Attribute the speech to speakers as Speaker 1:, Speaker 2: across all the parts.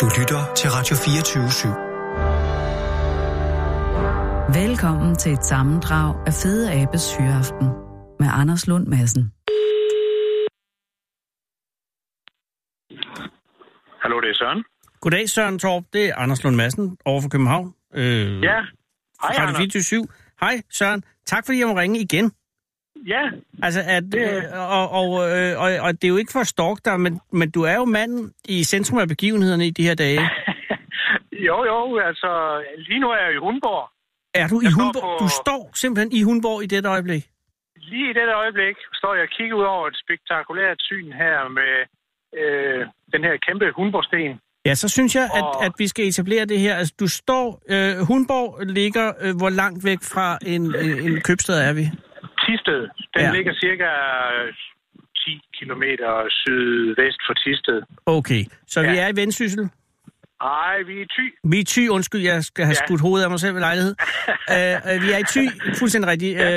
Speaker 1: Du lytter til Radio 24 /7.
Speaker 2: Velkommen til et sammendrag af Fede Abes Hyreaften med Anders Lund Madsen.
Speaker 3: Hallo, det er Søren.
Speaker 4: Goddag, Søren Torp. Det er Anders Lund Madsen over for København.
Speaker 3: Øh, ja. Hej,
Speaker 4: Radio 24 Hej, Søren. Tak fordi jeg må ringe igen.
Speaker 3: Ja.
Speaker 4: Altså, at, det... Øh, og, og, øh, og, og det er jo ikke for at stalk dig, men, men du er jo manden i centrum af begivenhederne i de her dage.
Speaker 3: jo, jo, altså, lige nu er jeg i Hundborg.
Speaker 4: Er du jeg i Hundborg? På... Du står simpelthen i Hundborg i dette øjeblik?
Speaker 3: Lige i dette øjeblik står jeg og kigger ud over et spektakulært syn her med øh, den her kæmpe Hundborgsten.
Speaker 4: Ja, så synes jeg, at, og... at vi skal etablere det her. Altså, du står... Øh, Hundborg ligger... Øh, hvor langt væk fra en, øh, en købstad er vi?
Speaker 3: Tisted. Den ja. ligger cirka 10 km sydvest for Tisted.
Speaker 4: Okay, så ja. vi er i Vendsyssel?
Speaker 3: Nej, vi er i Thy.
Speaker 4: Vi er i Thy, undskyld, jeg skal have ja. skudt hovedet af mig selv ved lejlighed. uh, vi er i Thy, fuldstændig rigtigt. Ja.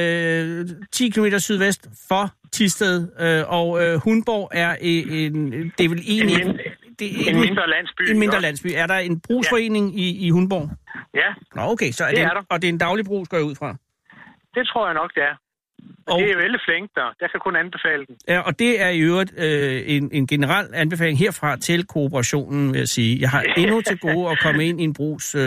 Speaker 4: Uh, 10 km sydvest for Tisted, uh, og uh, Hundborg er en... Det er vel egentlig...
Speaker 3: En, det, en, en mindre landsby.
Speaker 4: En mindre landsby. Er der en brugsforening ja. i, i Hundborg?
Speaker 3: Ja.
Speaker 4: Nå, okay, så er det, det er der. Og det er en daglig brug, går jeg ud fra?
Speaker 3: Det tror jeg nok, det er. Og... Det er jo alle flængter. Jeg kan kun anbefale den.
Speaker 4: Ja, og det er i øvrigt øh, en, en generel anbefaling herfra til kooperationen, vil jeg sige. Jeg har endnu til gode at komme ind i en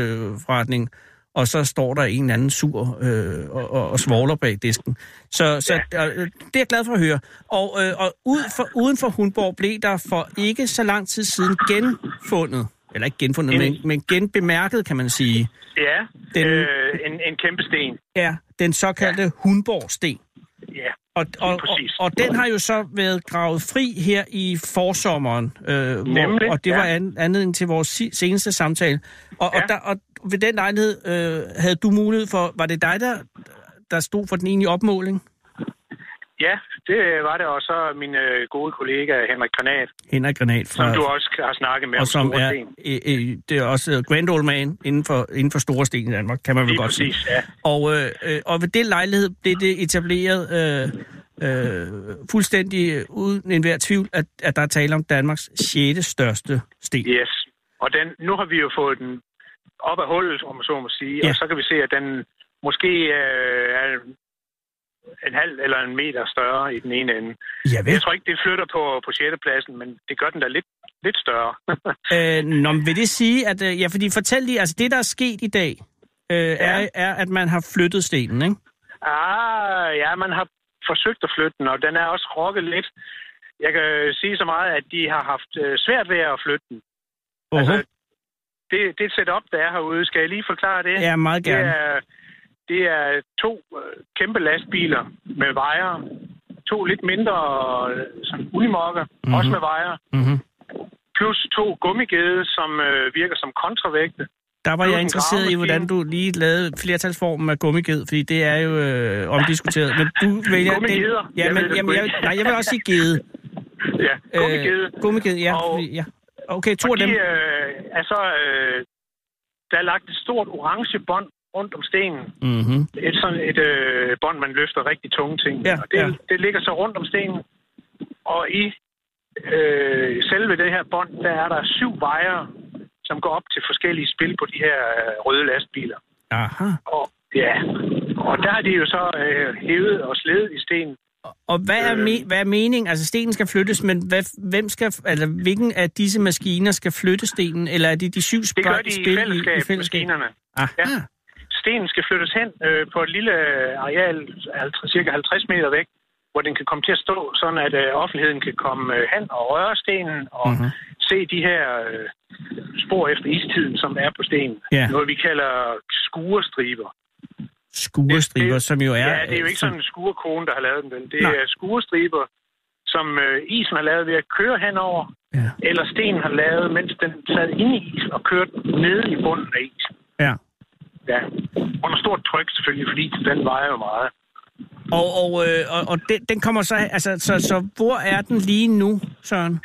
Speaker 4: brugsforretning, øh, og så står der en eller anden sur øh, og, og, og svogler bag disken. Så, så ja. øh, det er jeg glad for at høre. Og, øh, og ud for, uden for Hundborg blev der for ikke så lang tid siden genfundet eller ikke genfundet, en, men, men genbemærket, kan man sige.
Speaker 3: Ja, den, øh, en, en kæmpe sten.
Speaker 4: Ja, den såkaldte ja. Hundborgsten.
Speaker 3: Ja,
Speaker 4: og, og, præcis. og, og den har jo så været gravet fri her i forsommeren, øh, Nemlig, hvor, og det var ja. an, anledning til vores si, seneste samtale. Og, ja. og, der, og ved den lejlighed øh, havde du mulighed for, var det dig, der, der stod for den egentlige opmåling?
Speaker 3: Ja, det var det, og så min øh, gode kollega Henrik Granat.
Speaker 4: Henrik Granat fra...
Speaker 3: Som du også har snakket med
Speaker 4: og som store er, øh, øh, det er også Grand Old Man inden for, inden for store sten i Danmark, kan man vel
Speaker 3: Lige
Speaker 4: godt
Speaker 3: præcis,
Speaker 4: sige. Ja. Og, øh, øh, og ved den lejlighed blev det etableret øh, øh, fuldstændig uden enhver tvivl, at, at der er tale om Danmarks 6. største sten.
Speaker 3: Yes, og den, nu har vi jo fået den op af hullet, om man så må sige, ja. og så kan vi se, at den måske øh, er en halv eller en meter større i den ene ende.
Speaker 4: Ja,
Speaker 3: jeg tror ikke, det flytter på, på 6. pladsen, men det gør den da lidt, lidt større.
Speaker 4: øh, nå, men vil det sige, at... øh, Ja, fordi fortæl lige, altså det, der er sket i dag, øh, ja. er, er, at man har flyttet stenen, ikke?
Speaker 3: Ah, ja, man har forsøgt at flytte den, og den er også rokket lidt. Jeg kan sige så meget, at de har haft øh, svært ved at flytte den.
Speaker 4: Uh-huh. Altså,
Speaker 3: Øh, det, det setup, der er herude, skal jeg lige forklare det?
Speaker 4: Ja, meget gerne.
Speaker 3: Det er, det er to øh, kæmpe lastbiler med vejer. To lidt mindre sådan unimokker,
Speaker 4: Mhm.
Speaker 3: mm-hmm. også med vejer.
Speaker 4: Mm-hmm.
Speaker 3: Plus to gummigede, som øh, virker som kontravægte.
Speaker 4: Der var Plus jeg interesseret i, hvordan du lige lavede flertalsformen af gummiged, fordi det er jo øh, omdiskuteret. Men du vælger...
Speaker 3: Gummigeder?
Speaker 4: Den, ja, jeg men, ved, jamen, jeg, nej, jeg vil også sige gede.
Speaker 3: ja, gummigede.
Speaker 4: Øh, gummigede, ja, og, fordi, ja. Okay, to af dem.
Speaker 3: De, øh, altså, øh, der er lagt et stort orange bånd rundt om stenen.
Speaker 4: Mm-hmm.
Speaker 3: Et sådan et øh, bånd, man løfter rigtig tunge ting.
Speaker 4: Ja,
Speaker 3: og det,
Speaker 4: ja.
Speaker 3: det ligger så rundt om stenen. Og i øh, selve det her bånd, der er der syv vejer, som går op til forskellige spil på de her øh, røde lastbiler.
Speaker 4: Aha.
Speaker 3: Og, ja, og der har de jo så øh, hævet og sledet i stenen.
Speaker 4: Og hvad er, me- hvad er meningen? Altså, stenen skal flyttes, men hvad, hvem skal, altså, hvilken af disse maskiner skal flytte stenen? Eller er det de syv spil?
Speaker 3: Det gør de i fællesskab, i, i fællesskab. maskinerne.
Speaker 4: Aha. Ja
Speaker 3: stenen skal flyttes hen øh, på et lille areal, 50, cirka 50 meter væk, hvor den kan komme til at stå, sådan at øh, offentligheden kan komme øh, hen og røre stenen og
Speaker 4: Mhm.
Speaker 3: mm-hmm. se de her øh, spor efter istiden, som er på stenen.
Speaker 4: Ja.
Speaker 3: Noget vi kalder skurestriber.
Speaker 4: Skurestriber, det, det, som jo er...
Speaker 3: Ja, det er jo ikke som... sådan en skurekone, der har lavet den. Det er Nej. skurestriber, som øh, isen har lavet ved at køre henover,
Speaker 4: ja.
Speaker 3: eller stenen har lavet, mens den sad inde i isen og kørte ned i bunden af isen.
Speaker 4: Ja.
Speaker 3: Ja, under stort tryk selvfølgelig, fordi den vejer jo meget.
Speaker 4: Og, og, øh, og, og den, den kommer så, altså, så, så hvor er den lige nu, Søren?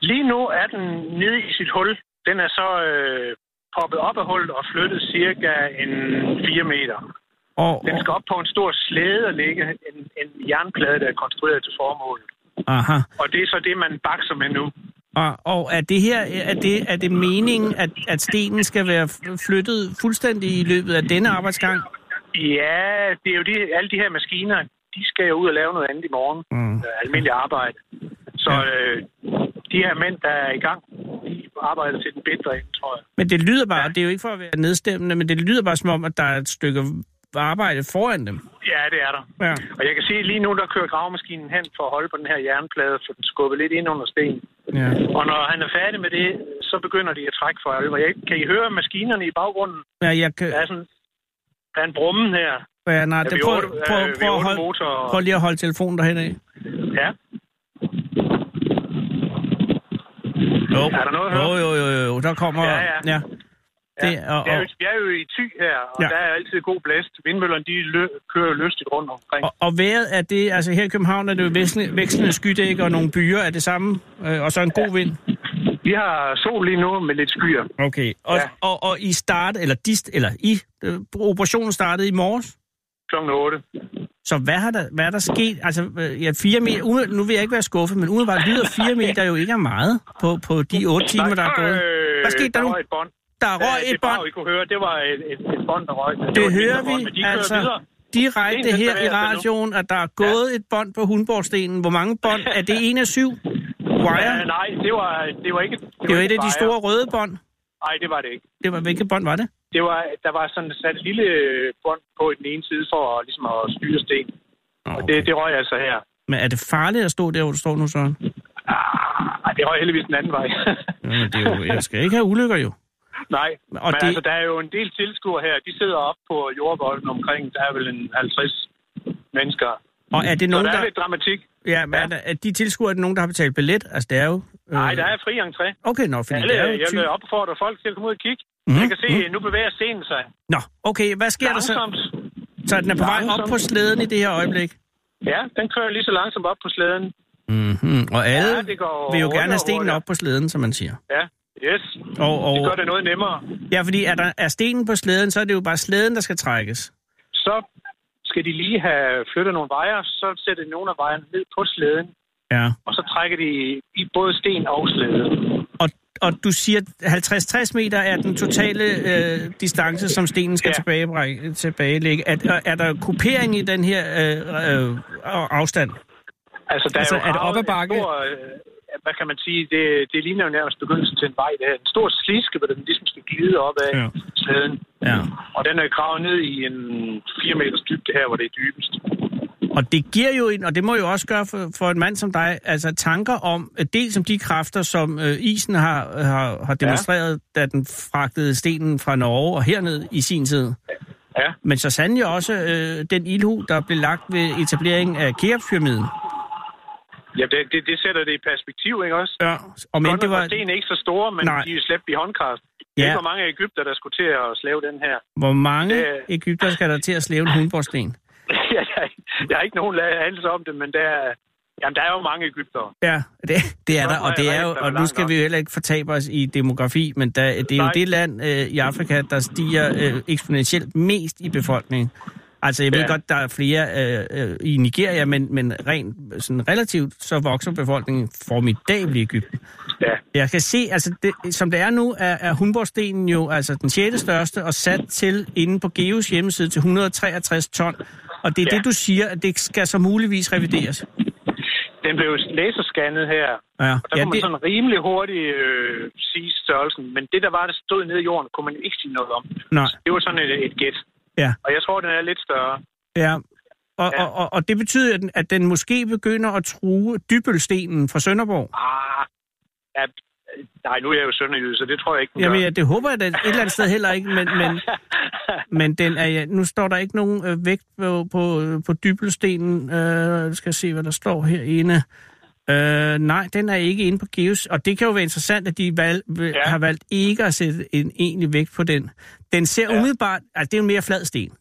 Speaker 3: Lige nu er den nede i sit hul. Den er så øh, poppet op af hullet og flyttet cirka en 4 meter.
Speaker 4: Og,
Speaker 3: den skal op på en stor slæde og ligge en, en jernplade, der er konstrueret til formålet.
Speaker 4: Aha.
Speaker 3: Og det er så det, man bakser med nu.
Speaker 4: Og, og er det her er det, er det meningen, at, at stenen skal være flyttet fuldstændig i løbet af denne arbejdsgang?
Speaker 3: Ja, det er jo det, alle de her maskiner, de skal jo ud og lave noget andet i morgen. Mm. Øh, almindelig arbejde. Så
Speaker 4: Ja.
Speaker 3: øh, de her mænd, der er i gang, de arbejder til den bedre ende, tror jeg.
Speaker 4: Men det lyder bare, og det er jo ikke for at være nedstemmende, men det lyder bare som om, at der er et stykke arbejde foran dem.
Speaker 3: Ja, det er der.
Speaker 4: Ja.
Speaker 3: Og jeg kan se, at lige nu, der kører gravemaskinen hen for at holde på den her jernplade, for den skubber lidt ind under stenen.
Speaker 4: ja.
Speaker 3: Og når han er færdig med det, så begynder de at trække for alvor. Jeg, kan I høre maskinerne i baggrunden?
Speaker 4: ja jeg kan,
Speaker 3: Der er, sådan, der er en brummen her.
Speaker 4: ja, nej,
Speaker 3: Ja,
Speaker 4: det,
Speaker 3: vi
Speaker 4: prøv,
Speaker 3: otte-
Speaker 4: prøv,
Speaker 3: ja,
Speaker 4: prøv,
Speaker 3: vi
Speaker 4: prøv, at
Speaker 3: otte
Speaker 4: holde,
Speaker 3: motorer.
Speaker 4: prøv lige at holde telefonen derhen af.
Speaker 3: Ja.
Speaker 4: Jo.
Speaker 3: Er der noget at
Speaker 4: jo,
Speaker 3: høre?
Speaker 4: jo, jo, jo, der kommer...
Speaker 3: Ja, ja.
Speaker 4: ja.
Speaker 3: ja.
Speaker 4: Det, og,
Speaker 3: vi, er
Speaker 4: og,
Speaker 3: jo, vi er jo i ty her, og
Speaker 4: Ja.
Speaker 3: ja. der er altid god blæst. Vindmøllerne, de lø- kører jo lystigt rundt omkring.
Speaker 4: og, og vejret er det... Altså her i København er det jo vækslende, vækslende skydæk og nogle byer er det samme, øh, og så en god vind.
Speaker 3: Vi har sol lige nu med lidt skyer.
Speaker 4: Okay, og, ja.
Speaker 3: Ja.
Speaker 4: og, og I start, eller, dist, eller I, øh, operationen startede i morges?
Speaker 3: Klokken 8.
Speaker 4: Så hvad, har der, hvad er der sket? Altså, øh, ja, fire meter, ude, nu vil jeg ikke være skuffet, men umiddelbart lyder fire meter jo ikke af meget på, på de otte timer, der er gået. Hvad skete der
Speaker 3: Øh, der
Speaker 4: nu?
Speaker 3: Var et bånd.
Speaker 4: Der røg
Speaker 3: Ja,
Speaker 4: et
Speaker 3: det var
Speaker 4: bånd.
Speaker 3: jo, I kunne høre, det var et, et, et bånd, der røg. var
Speaker 4: Det
Speaker 3: et
Speaker 4: hører
Speaker 3: mindre bånd, men de
Speaker 4: vi
Speaker 3: kører
Speaker 4: altså
Speaker 3: videre.
Speaker 4: direkte
Speaker 3: En
Speaker 4: her
Speaker 3: efter
Speaker 4: i
Speaker 3: hver, altså nu.
Speaker 4: radioen, at der er gået et bånd på Hundborgstenen. Hvor mange bånd? Er det en af syv? Wire?
Speaker 3: Ja, Øh, nej, det var, det var ikke...
Speaker 4: Det var et af de
Speaker 3: bare-
Speaker 4: store røde bånd.
Speaker 3: Nej, det var det ikke.
Speaker 4: Det var, hvilket bånd var det?
Speaker 3: Det var, der var sådan sat et lille øh, bånd på i den ene side for at, ligesom at styre sten. Og det, det røg altså her.
Speaker 4: Men er det farligt at stå der, hvor du står nu, Søren?
Speaker 3: Ah, det røg heldigvis den anden vej.
Speaker 4: Jamen, det er jo, jeg skal ikke have ulykker, jo.
Speaker 3: nej,
Speaker 4: Og
Speaker 3: og men
Speaker 4: det-
Speaker 3: det... altså, der er jo en del tilskuere her. De sidder op på jordbolden omkring. Der er vel en 50 mennesker.
Speaker 4: Og er det
Speaker 3: Så
Speaker 4: nogen,
Speaker 3: der er
Speaker 4: der...
Speaker 3: lidt dramatik.
Speaker 4: Ja, men er, der, er de tilskuere, er det nogen, der har betalt billet? Altså, det er jo... øh,
Speaker 3: Nej, der er fri entré.
Speaker 4: Okay, nå, fordi
Speaker 3: Alle,
Speaker 4: det er jo
Speaker 3: jeg
Speaker 4: ty...
Speaker 3: vil opfordre folk til at komme ud og kigge.
Speaker 4: Mhm,
Speaker 3: Mm. Jeg kan se, mm. nu bevæger stenen sig.
Speaker 4: Nå, okay, hvad sker der så?
Speaker 3: Langsomt.
Speaker 4: Så den er på vej op på slæden i det her øjeblik?
Speaker 3: Ja, den kører lige så langsomt op på slæden.
Speaker 4: Mm-hmm. Og alle
Speaker 3: Ja, det går
Speaker 4: vil jo gerne have
Speaker 3: hurtigere og
Speaker 4: stenen
Speaker 3: hurtigere.
Speaker 4: op på slæden, som man siger.
Speaker 3: Ja, yes.
Speaker 4: Og, og,
Speaker 3: Det gør det noget nemmere.
Speaker 4: Ja, fordi er, der, er stenen på slæden, så er det jo bare slæden, der skal trækkes.
Speaker 3: Så skal de lige have flyttet nogle vejer, så sætter de nogle af vejerne ned på slæden,
Speaker 4: Ja.
Speaker 3: og så trækker de i både sten og slæde.
Speaker 4: Og, og du siger, at 50-60 meter er den totale øh, distance, som stenen skal
Speaker 3: Ja.
Speaker 4: tilbage, tilbagelægge. Er, er- er der kupering i den her øh, øh, afstand?
Speaker 3: Altså, der
Speaker 4: Altså,
Speaker 3: er, jo
Speaker 4: er det
Speaker 3: gravet
Speaker 4: op ad
Speaker 3: en
Speaker 4: bakke?
Speaker 3: Stor, øh, hvad kan man sige? Det, det ligner jo nærmest begyndelsen til en vej. Det er en stor sliske, hvor den ligesom skal glide op ad
Speaker 4: Ja.
Speaker 3: ja. slæden.
Speaker 4: Ja.
Speaker 3: Og den er gravet ned i en 4 meters dybde her, hvor det er dybest.
Speaker 4: Og det giver jo en, og det må jo også gøre for, for en mand som dig, altså tanker om, øh, dels om de kræfter, som øh, isen har, har, har demonstreret, ja. da den fragtede stenen fra Norge og herned i sin tid.
Speaker 3: Ja.
Speaker 4: Men så sandelig også øh, den ildhu, der blev lagt ved etableringen af Keopspyramiden.
Speaker 3: Ja, det, det, det sætter det i perspektiv, ikke også?
Speaker 4: Ja. Om end
Speaker 3: Men
Speaker 4: det var,
Speaker 3: Sten er ikke så store, men
Speaker 4: Nej.
Speaker 3: Nej. de er slæbt i håndkraft. Ja.
Speaker 4: Ja.
Speaker 3: Ikke hvor mange Ægypter, der skulle til at slave den her.
Speaker 4: hvor mange
Speaker 3: Øh.
Speaker 4: Ægypter skal der til at slæve en hundborgsten?
Speaker 3: jeg, jeg, jeg har ikke nogen anelse om det, men der, er- jamen, der er jo mange Ægypter.
Speaker 4: Ja, det, det er
Speaker 3: Nå,
Speaker 4: der, og
Speaker 3: nej,
Speaker 4: det
Speaker 3: nej,
Speaker 4: er jo,
Speaker 3: der var
Speaker 4: og nu
Speaker 3: langt
Speaker 4: skal
Speaker 3: nok.
Speaker 4: vi jo heller ikke fortabe os i demografi, men der, det er jo
Speaker 3: Nej.
Speaker 4: det land øh, i Afrika, der stiger øh, eksponentielt mest i befolkningen. Altså, jeg ved
Speaker 3: Ja.
Speaker 4: godt, der er flere øh, øh, i Nigeria, men, men rent sådan relativt, så vokser befolkningen formidabelt i Ægypten.
Speaker 3: Ja.
Speaker 4: Jeg kan se, altså det, som det er nu, er, er Humborgstenen jo altså den sjette største og sat til inde på Geos hjemmeside til 163 ton. Og det er ja.
Speaker 3: Ja.
Speaker 4: det, du siger, at det skal så muligvis revideres.
Speaker 3: Den blev laserscannet her,
Speaker 4: Ja,
Speaker 3: og der ja,
Speaker 4: ja
Speaker 3: kunne man
Speaker 4: det,
Speaker 3: sådan rimelig hurtigt øh, sige størrelsen. Men det, der var, der stod nede i jorden, kunne man ikke sige noget om.
Speaker 4: nej,
Speaker 3: Det var sådan et, et gæt.
Speaker 4: Ja.
Speaker 3: Og jeg tror, den er lidt større.
Speaker 4: ja. Og,
Speaker 3: Ja.
Speaker 4: og, og, og det betyder, at den, at den måske begynder at true dybølstenen fra Sønderborg.
Speaker 3: Ah, ja, øh, nej, nu er jeg jo sønderjyde, så det tror jeg ikke, den
Speaker 4: Jamen,
Speaker 3: gør.
Speaker 4: ja, det håber jeg da et eller andet sted heller ikke, men, men, men den er, ja, nu står der ikke nogen øh, vægt på, på, på dybelstenen. Øh, nu skal jeg se, hvad der står herinde. Øh, nej, den er ikke inde på Geos, og det kan jo være interessant, at de valg, ja.
Speaker 3: Ja.
Speaker 4: har valgt ikke at sætte en egentlig vægt på den. Den ser ja.
Speaker 3: Ja.
Speaker 4: umiddelbart, altså det er en mere flad sten.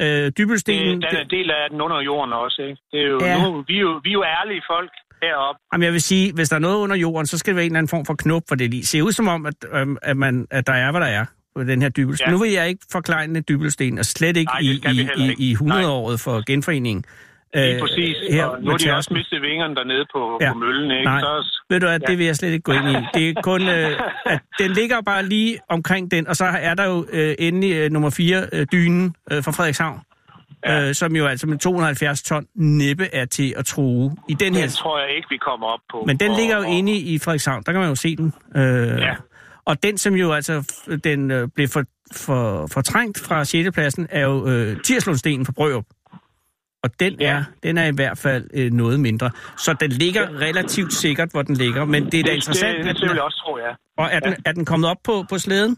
Speaker 4: Øh, dybelstenen,
Speaker 3: det, den er en del af den under jorden også, ikke? Det er jo,
Speaker 4: Ja.
Speaker 3: ja. nu, vi, er jo, vi er jo ærlige folk heroppe.
Speaker 4: Jamen, jeg vil sige, hvis der er noget under jorden, så skal det være en eller anden form for knop, for det lige ser ud som om, at, øhm, at, man, at der er, hvad der er på den her dybelsten. Ja.
Speaker 3: Ja.
Speaker 4: Nu vil jeg ikke forklejne dybelsten, og slet ikke,
Speaker 3: Nej, det
Speaker 4: i,
Speaker 3: skal vi
Speaker 4: i,
Speaker 3: heller
Speaker 4: i,
Speaker 3: ikke.
Speaker 4: i
Speaker 3: Nej.
Speaker 4: 100-året for genforeningen. Øh,
Speaker 3: Lige præcis. Her og nu har de også mistet vingerne dernede på, ja. på møllen, ikke?
Speaker 4: Nej.
Speaker 3: Så,
Speaker 4: Ved du at ja. det vil jeg slet ikke gå ind i. Det er kun, øh, at den ligger jo bare lige omkring den, og så er der jo øh, endelig øh, nummer 4, øh, dynen øh, fra Frederikshavn, ja. øh, som jo altså med 270 ton næppe er til at true i den her.
Speaker 3: den tror jeg ikke, vi kommer op på.
Speaker 4: Men den
Speaker 3: Og-
Speaker 4: ligger jo
Speaker 3: og-
Speaker 4: inde i Frederikshavn, der kan man jo se den. Øh,
Speaker 3: Ja.
Speaker 4: Og den, som jo altså f- den øh, blev for, for, fortrængt fra 6. pladsen, er jo øh, Tirslundstenen fra Brørup. Og den er,
Speaker 3: Ja.
Speaker 4: den er i hvert fald øh, noget mindre. Så den ligger relativt sikkert, hvor den ligger. Men det er da interessant,
Speaker 3: Det,
Speaker 4: at
Speaker 3: det, det
Speaker 4: den
Speaker 3: vil jeg
Speaker 4: er,
Speaker 3: også tro, ja.
Speaker 4: og er, den, er den kommet op på, på slæden?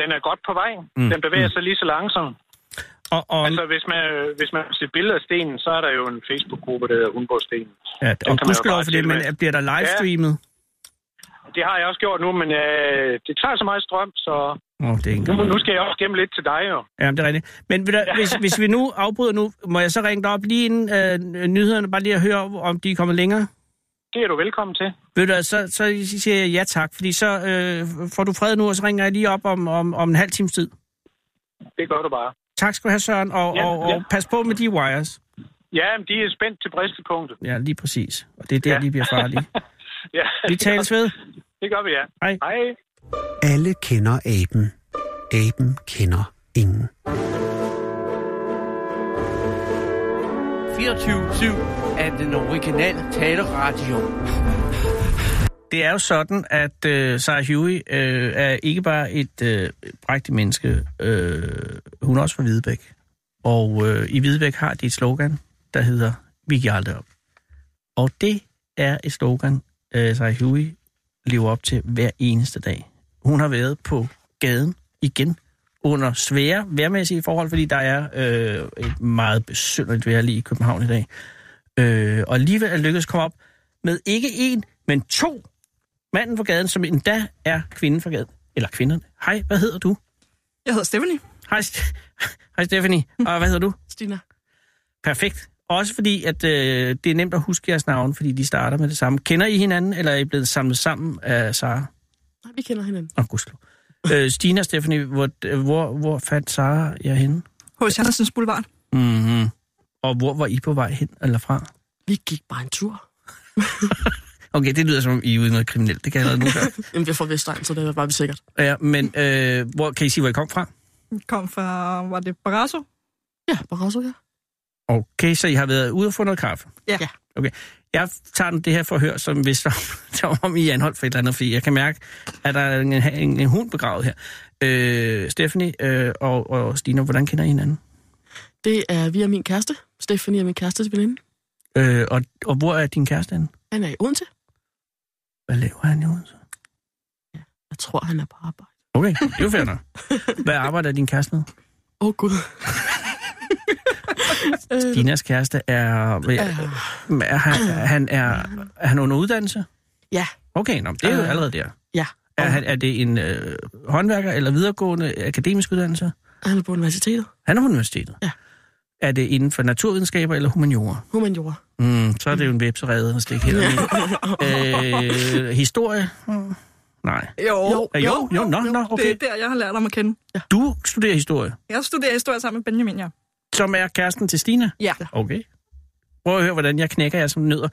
Speaker 3: Den er godt på vej. Mm. Den bevæger sig lige så langsomt.
Speaker 4: Og, og,
Speaker 3: Altså, hvis man, hvis man ser billeder af stenen, så er der jo en Facebook-gruppe, der hedder Undborgstenen.
Speaker 4: ja,
Speaker 3: man
Speaker 4: og
Speaker 3: jo
Speaker 4: gudskelov
Speaker 3: bare
Speaker 4: for det, men
Speaker 3: tilmelde.
Speaker 4: bliver der livestreamet?
Speaker 3: Det har jeg også gjort nu, men øh, det tager så meget strøm, så
Speaker 4: Åh, oh, det er ikke
Speaker 3: nu,
Speaker 4: engang.
Speaker 3: nu skal jeg også gemme lidt til dig, jo.
Speaker 4: Ja, det er rigtigt. Men ved du, hvis, hvis vi nu afbryder nu, må jeg så ringe dig op lige inden øh, nyhederne, bare lige at høre, om de er kommet længere?
Speaker 3: Det er du velkommen til.
Speaker 4: Ved du, hvad, så, så siger jeg ja tak, fordi så øh, får du fred nu, og så ringer jeg lige op om, om, om en halv times tid.
Speaker 3: Det gør du bare.
Speaker 4: Tak skal du have, Søren, og,
Speaker 3: Ja,
Speaker 4: ja, og, og
Speaker 3: ja.
Speaker 4: ja. pas på med de wires.
Speaker 3: Ja, men de er spændt til bristepunktet.
Speaker 4: Ja, lige præcis. Og det er der, ja.
Speaker 3: Ja.
Speaker 4: de bliver farlige.
Speaker 3: Ja,
Speaker 4: Vi tales ved.
Speaker 3: det gør vi, ja.
Speaker 4: Hej.
Speaker 3: Hej.
Speaker 1: Alle kender aben. Aben kender ingen.
Speaker 5: 24-7 af den originale taleradio.
Speaker 4: Det er jo sådan, at øh, Sarah Huey øh, er ikke bare et øh, prægtigt menneske. Øh, hun er også fra Hvidebæk. Og øh, i Hvidebæk har de et slogan, der hedder, vi giver aldrig op. Og det er et slogan, øh, Sarah Huey lever op til hver eneste dag. Hun har været på gaden igen under svære vejrmæssige forhold, fordi der er øh, et meget besynderligt vejr lige i København i dag. Øh, og alligevel er lykkedes at komme op med ikke en, men to manden på gaden, som endda er kvinden fra gaden. Eller kvinderne. Hej, hvad hedder du?
Speaker 6: Jeg hedder Stephanie.
Speaker 4: Hej, St- Hej Stephanie. Og hvad hedder du?
Speaker 6: Stina.
Speaker 4: Perfekt. Også fordi, at øh, det er nemt at huske jeres navn, fordi de starter med det samme. Kender I hinanden, eller er I blevet samlet sammen af Sara?
Speaker 6: Nej, vi kender hinanden.
Speaker 4: Åh, gudskelov. Øh, Stina og Stephanie, hvor, hvor, hvor fandt Sara jer henne?
Speaker 6: H.C. Andersens Boulevard.
Speaker 4: Mm-hmm. Og hvor var I på vej hen eller fra?
Speaker 6: Vi gik bare en tur.
Speaker 4: Okay, det lyder som om I er ude i noget kriminelt. Det kan jeg allerede nu gøre.
Speaker 6: Jamen, vi er fra Vestegn, så det var vi sikkert.
Speaker 4: Ja, men øh, hvor, kan I sige, hvor I kom fra?
Speaker 7: kom fra, var det Barrasso?
Speaker 6: Ja, Barroso, ja.
Speaker 4: Okay, så I har været ude og få noget kaffe?
Speaker 7: Ja.
Speaker 6: Ja.
Speaker 4: Okay. Jeg tager den det her forhør, som hvis som, som om I er anholdt for et eller andet, fordi jeg kan mærke, at der er en, en, en hund begravet her. Øh, Stephanie øh, og, og Stine, hvordan kender I hinanden?
Speaker 6: Det er via min kæreste. Stephanie er min kærestes veninde.
Speaker 4: Øh, og, og hvor er din kæreste henne?
Speaker 6: Han er i Odense.
Speaker 4: Hvad laver han i Odense?
Speaker 6: Jeg tror, han er på arbejde.
Speaker 4: Okay, det er jo fair nok. Hvad arbejder din kæreste med?
Speaker 6: Åh, oh, Gud. Øh,
Speaker 4: Dinas kæreste er...
Speaker 6: øh,
Speaker 4: er han, han er, er han under uddannelse?
Speaker 6: Ja.
Speaker 4: Okay, nå, men det er jo
Speaker 6: Øh,
Speaker 4: allerede der.
Speaker 6: ja.
Speaker 4: Er, han, er det en øh, håndværker eller videregående akademisk uddannelse?
Speaker 6: han er på universitetet.
Speaker 4: Han er på universitetet.
Speaker 6: Ja.
Speaker 4: Er det inden for naturvidenskaber eller humaniora?
Speaker 6: Humanjura.
Speaker 4: Mm, så er det jo en vepserede og stik heller ikke. øh, Historie? Mm, Nej.
Speaker 7: Jo,
Speaker 4: Ja, jo, jo, nå, nå, okay.
Speaker 7: Det er der, jeg har lært om at kende.
Speaker 4: Du studerer historie,
Speaker 7: Jeg studerer historie sammen med Benjamin, ja.
Speaker 4: som er kæresten til Stina?
Speaker 7: Ja.
Speaker 4: Okay. Prøv at høre, hvordan jeg knækker jer som nødder.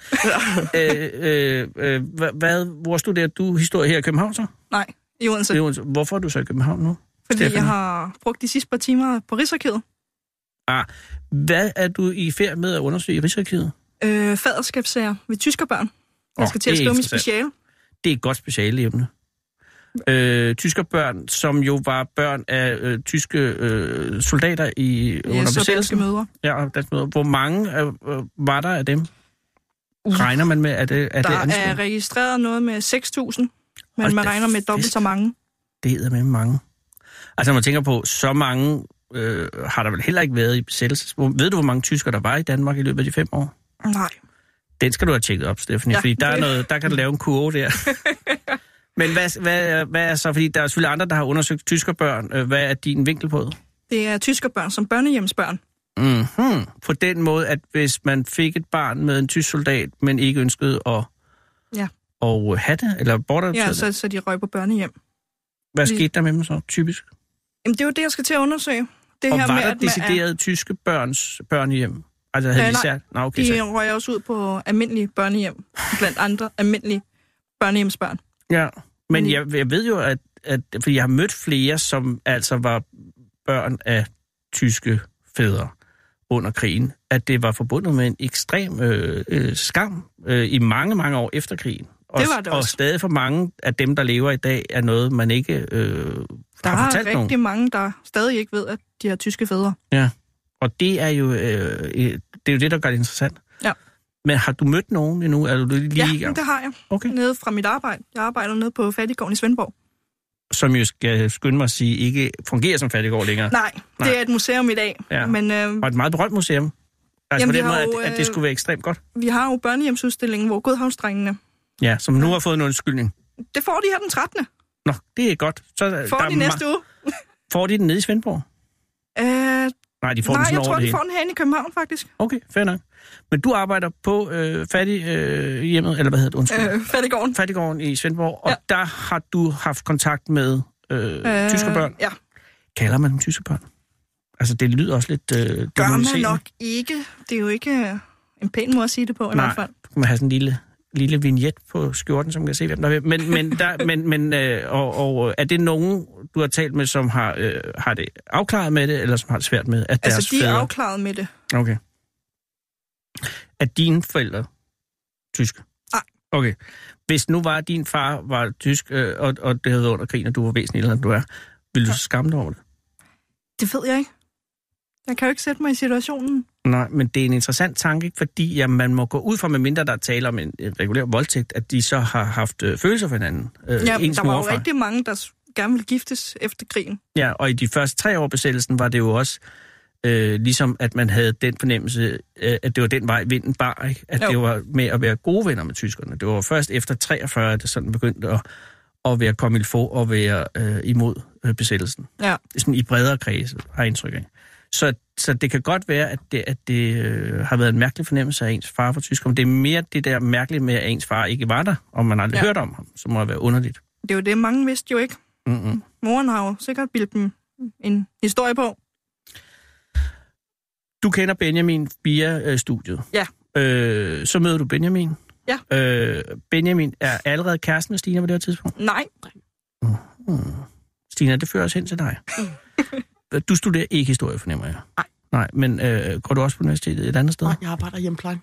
Speaker 4: øh, øh, øh, hva- hvad, hvor studerer du historie her i København så?
Speaker 7: Nej, i Odense.
Speaker 4: Det er jo- Hvorfor er du så i København nu?
Speaker 7: fordi
Speaker 4: Stephanie.
Speaker 7: jeg har brugt de sidste par timer på Rigsarkivet.
Speaker 4: Ah, hvad er du i færd med at undersøge i Rigsarkivet?
Speaker 7: Øh, faderskabssager ved tyskerbørn. Jeg
Speaker 4: Åh,
Speaker 7: skal til at
Speaker 4: det er
Speaker 7: skrive mit
Speaker 4: interessant.
Speaker 7: speciale.
Speaker 4: Det er et godt specialeemne. Øh, tyskerbørn, som jo var børn af øh, tyske øh, soldater i yes, under
Speaker 7: Yes, og belgiske
Speaker 4: besættelsen.
Speaker 7: mødre.
Speaker 4: Ja, og danske mødre. Hvor mange øh, øh, var der af dem? Regner man med, at det er det
Speaker 7: Der
Speaker 4: anslået?
Speaker 7: er registreret noget med 6.000, men
Speaker 4: Hold
Speaker 7: man
Speaker 4: da
Speaker 7: regner med dobbelt
Speaker 4: fest.
Speaker 7: så mange.
Speaker 4: Det er med mange. Altså, når man tænker på, så mange øh, har der vel heller ikke været i besættelse. Hvor- Ved du, hvor mange tyskere der var i Danmark i løbet af de fem år?
Speaker 7: Nej.
Speaker 4: Den skal du have tjekket op, Stephanie, ja.
Speaker 7: Ja.
Speaker 4: fordi der, er noget, der kan du lave en kurve der. Men hvad, hvad, hvad er så, fordi der er selvfølgelig andre, der har undersøgt tyskerbørn. Øh, Hvad er din vinkel på det?
Speaker 7: Det er tyskerbørn som børnehjemsbørn.
Speaker 4: Mm-hmm. På den måde, at hvis man fik et barn med en tysk soldat, men ikke ønskede at,
Speaker 7: Ja.
Speaker 4: at have det, eller bortadoptere
Speaker 7: Ja,
Speaker 4: det,
Speaker 7: så, så de røg på børnehjem.
Speaker 4: hvad
Speaker 7: vi-
Speaker 4: skete der med dem så, typisk?
Speaker 7: Jamen, det er jo det, jeg skal til at undersøge. Det
Speaker 4: Og
Speaker 7: her
Speaker 4: var
Speaker 7: med,
Speaker 4: der
Speaker 7: at man er-
Speaker 4: decideret tyske børns børnehjem? Altså, havde
Speaker 7: Øh,
Speaker 4: de
Speaker 7: nej.
Speaker 4: sær... Nå, okay,
Speaker 7: De
Speaker 4: så.
Speaker 7: røg også ud på almindelige børnehjem, blandt andre almindelige børnehjemsbørn.
Speaker 4: Ja. Men jeg, jeg ved jo, at, at... For jeg har mødt flere, som altså var børn af tyske fædre under krigen, at det var forbundet med en ekstrem øh, øh, skam øh, i mange, mange år efter krigen. Og,
Speaker 7: Det var det
Speaker 4: og
Speaker 7: også.
Speaker 4: stadig for mange af dem, der lever i dag, er noget, man ikke øh,
Speaker 7: Der
Speaker 4: har
Speaker 7: er
Speaker 4: fortalt nogen.
Speaker 7: rigtig mange, der stadig ikke ved, at de har tyske fædre.
Speaker 4: Og det er jo øh, øh, det, er jo det, der gør det interessant.
Speaker 7: Ja.
Speaker 4: Men har du mødt nogen endnu? Er du lige Mm.
Speaker 7: Ja,
Speaker 4: i gang?
Speaker 7: men det har jeg.
Speaker 4: Okay.
Speaker 7: Nede fra mit arbejde. Jeg arbejder nede på Fattigården i Svendborg.
Speaker 4: Som jo skal skynde mig at sige, ikke fungerer som fattigård længere.
Speaker 7: Nej,
Speaker 4: Nej.
Speaker 7: det er et museum i dag.
Speaker 4: Ja.
Speaker 7: Men øh,
Speaker 4: Og et meget berømt museum. Altså
Speaker 7: Jamen,
Speaker 4: Jamen, på
Speaker 7: vi
Speaker 4: den
Speaker 7: har
Speaker 4: måde, at,
Speaker 7: jo,
Speaker 4: at det
Speaker 7: øh,
Speaker 4: skulle være ekstremt godt.
Speaker 7: vi har jo børnehjemsudstillingen, hvor Godhavnsdrengene...
Speaker 4: Ja, som nu har fået en undskyldning.
Speaker 7: Det får de her den 13.
Speaker 4: Nå, det er godt. Så, øh,
Speaker 7: Får
Speaker 4: der er
Speaker 7: de næste
Speaker 4: ma-
Speaker 7: uge.
Speaker 4: Får de den nede i Svendborg?
Speaker 7: Øh,
Speaker 4: Nej, de får den
Speaker 7: nej,
Speaker 4: sådan
Speaker 7: jeg
Speaker 4: over
Speaker 7: tror,
Speaker 4: det
Speaker 7: de
Speaker 4: hele.
Speaker 7: får den herinde i København, faktisk.
Speaker 4: Okay, fair nok. Men du arbejder på øh, fattig, øh, hjemmet, eller hvad hedder det? Undskyld. Øh.
Speaker 7: Øh, Fattigården.
Speaker 4: Fattiggården i Svendborg, og
Speaker 7: Ja.
Speaker 4: der har du haft kontakt med øh, øh. tyske børn.
Speaker 7: Ja,
Speaker 4: kalder man dem tyske børn? Altså, det lyder også lidt øh,
Speaker 7: gør man
Speaker 4: dæmoniserende.
Speaker 7: nok ikke. Det er jo ikke øh, en pæn måde at sige det på, i
Speaker 4: Nej.
Speaker 7: hvert fald.
Speaker 4: Du kan have sådan en lille, lille vignet på skjorten, som kan se, hvem der er. hvem. Men, men, der, men, men øh, og, og, øh, er det nogen, du har talt med, som har, øh, har det afklaret med det, eller som har det svært med, at deres
Speaker 7: Altså, de er
Speaker 4: fædre...
Speaker 7: afklaret med det.
Speaker 4: Okay. Er dine forældre tyske?
Speaker 7: Nej.
Speaker 4: Okay. Hvis nu var, at din far var tysk, øh, og, og det havde under krigen, og du var væsentlig ældre, end du er, ville du så skamme dig over det?
Speaker 7: Det ved jeg ikke. Jeg kan jo ikke sætte mig i situationen.
Speaker 4: Nej, men det er en interessant tanke, ikke? fordi ja, man må gå ud fra, medmindre der er tale om en, en regulær voldtægt, at de så har haft øh, følelser for hinanden. Øh,
Speaker 7: Ja,
Speaker 4: ens
Speaker 7: der
Speaker 4: mor
Speaker 7: var
Speaker 4: og
Speaker 7: jo
Speaker 4: far.
Speaker 7: rigtig mange, der s- gerne ville giftes efter krigen.
Speaker 4: Ja, og i de første tre år besættelsen var det jo også øh, ligesom, at man havde den fornemmelse, øh, at det var den vej, vinden bar, ikke? At jo.
Speaker 7: Jo.
Speaker 4: det var med at være gode venner med tyskerne. Det var først efter 43, at det sådan begyndte at, at være comme il faut og være øh, imod øh, besættelsen.
Speaker 7: Ja.
Speaker 4: Sådan i bredere kredse, har jeg indtryk af. Så, så det kan godt være, at det, at det øh, har været en mærkelig fornemmelse af ens far fra Tyskland. Det er mere det der mærkelige med, at ens far ikke var der, og man aldrig ja.
Speaker 7: Ja.
Speaker 4: hørte om ham, som må være underligt.
Speaker 7: Det er jo det, mange vidste jo ikke.
Speaker 4: Mm-mm.
Speaker 7: Moren har jo sikkert bildt dem en historie på.
Speaker 4: Du kender Benjamin via øh, studiet.
Speaker 7: Ja.
Speaker 4: Øh, så møder du Benjamin.
Speaker 7: Ja.
Speaker 4: Øh, Benjamin er allerede kæresten med Stina på det her tidspunkt.
Speaker 7: Nej,
Speaker 4: Hmm. Stina, det fører os hen til dig. du studerer ikke historie, fornemmer jeg.
Speaker 6: Nej.
Speaker 4: Nej, men øh, går du også på universitetet et andet sted?
Speaker 6: Nej, jeg arbejder i hjemmeplejen.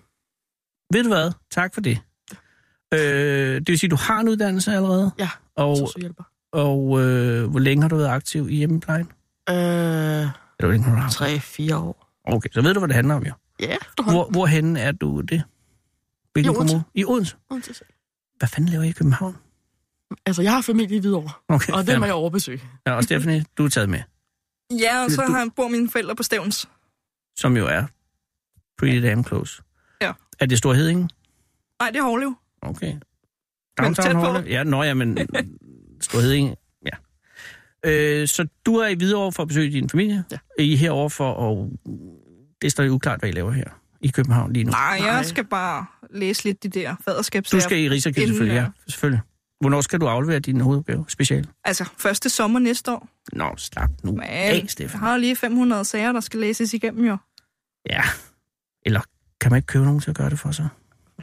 Speaker 4: Ved du hvad? Tak for det. Øh, det vil sige, du har en uddannelse allerede?
Speaker 6: Ja,
Speaker 4: Og,
Speaker 6: Sosuhjælper.
Speaker 4: og øh, hvor længe har du været aktiv i hjemmeplejen?
Speaker 6: Øh,
Speaker 4: Eller hvor længe har du haft?
Speaker 6: 3-4 år.
Speaker 4: Okay, så ved du, hvad det handler om, jo.
Speaker 6: Ja,
Speaker 4: Hvor, hvorhenne er du det? Hvilken
Speaker 6: I Odense.
Speaker 4: kommune? I Odense. Hvad fanden laver I i København?
Speaker 6: Altså, jeg har familie i Hvidovre,
Speaker 4: Okay,
Speaker 6: og den
Speaker 4: fair
Speaker 6: var
Speaker 4: nok.
Speaker 6: jeg overbesøg.
Speaker 4: ja, og Stephanie, du er taget med,
Speaker 7: Ja, og så
Speaker 4: Du-
Speaker 7: har bor mine forældre på Stævns.
Speaker 4: som jo er pretty damn close.
Speaker 7: Ja.
Speaker 4: Er det Stor Hedingen?
Speaker 7: Nej, det er Hårlev.
Speaker 4: Okay.
Speaker 7: tæt
Speaker 4: Downtown
Speaker 7: på.
Speaker 4: Hårlev? Ja, nå ja, men Stor Hedingen, ja. Øh, så du er i Hvidovre for at besøge din familie?
Speaker 6: Ja.
Speaker 4: I er herovre for, og det står jo uklart, hvad I laver her i København lige nu.
Speaker 7: Nej,
Speaker 6: Nej.
Speaker 7: jeg skal bare læse lidt de der faderskabssager.
Speaker 4: Du skal i Rigsarkivet
Speaker 7: Inden,
Speaker 4: selvfølgelig, ja.
Speaker 7: ja.
Speaker 4: selvfølgelig. Hvornår skal du aflevere din hovedopgave special?
Speaker 7: Altså, første sommer næste år.
Speaker 4: Nå, slap nu
Speaker 7: Men
Speaker 4: af,
Speaker 7: jeg
Speaker 4: Stefan.
Speaker 7: har jo lige 500 sager, der skal læses igennem jo.
Speaker 4: Ja. Eller kan man ikke købe nogen til at gøre det for sig?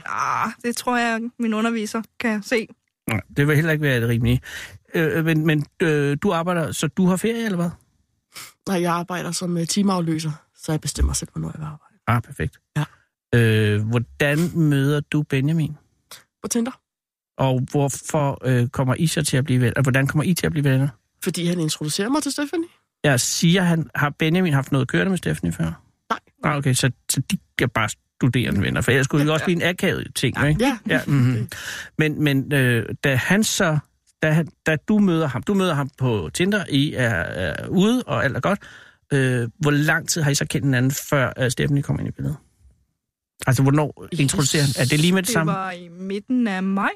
Speaker 7: Ah, det tror jeg, min underviser kan se.
Speaker 4: Nej, det vil heller ikke være det rimelige. Øh, men men øh, du arbejder, så du har ferie, eller hvad?
Speaker 6: Nej, jeg arbejder som øh, timeafløser, så jeg bestemmer selv, hvornår jeg vil arbejde.
Speaker 4: Ah, perfekt.
Speaker 6: Ja.
Speaker 4: Øh, hvordan møder du Benjamin?
Speaker 6: På Tinder.
Speaker 4: Og hvorfor øh, kommer I så til at blive venner? Øh, Hvordan kommer I til at blive venner?
Speaker 6: Fordi han introducerer mig til Stephanie.
Speaker 4: Jeg siger, han har Benjamin haft noget kørende med Stephanie før?
Speaker 6: Nej.
Speaker 4: Ah, okay, så, så de er bare studerende venner, for ellers skulle det jo også blive en akavet ting, ikke?
Speaker 6: Ja,
Speaker 4: Ja, mm-hmm. Men, men øh, da han så, da, han- da du møder ham, du møder ham på Tinder, I er, er ude, og alt er godt. Øh, hvor lang tid har I så kendt hinanden, før øh, Stephanie kom ind i billedet? Altså, hvornår introducerer han? Er det lige med det,
Speaker 7: Det
Speaker 4: samme?
Speaker 7: var i midten af maj,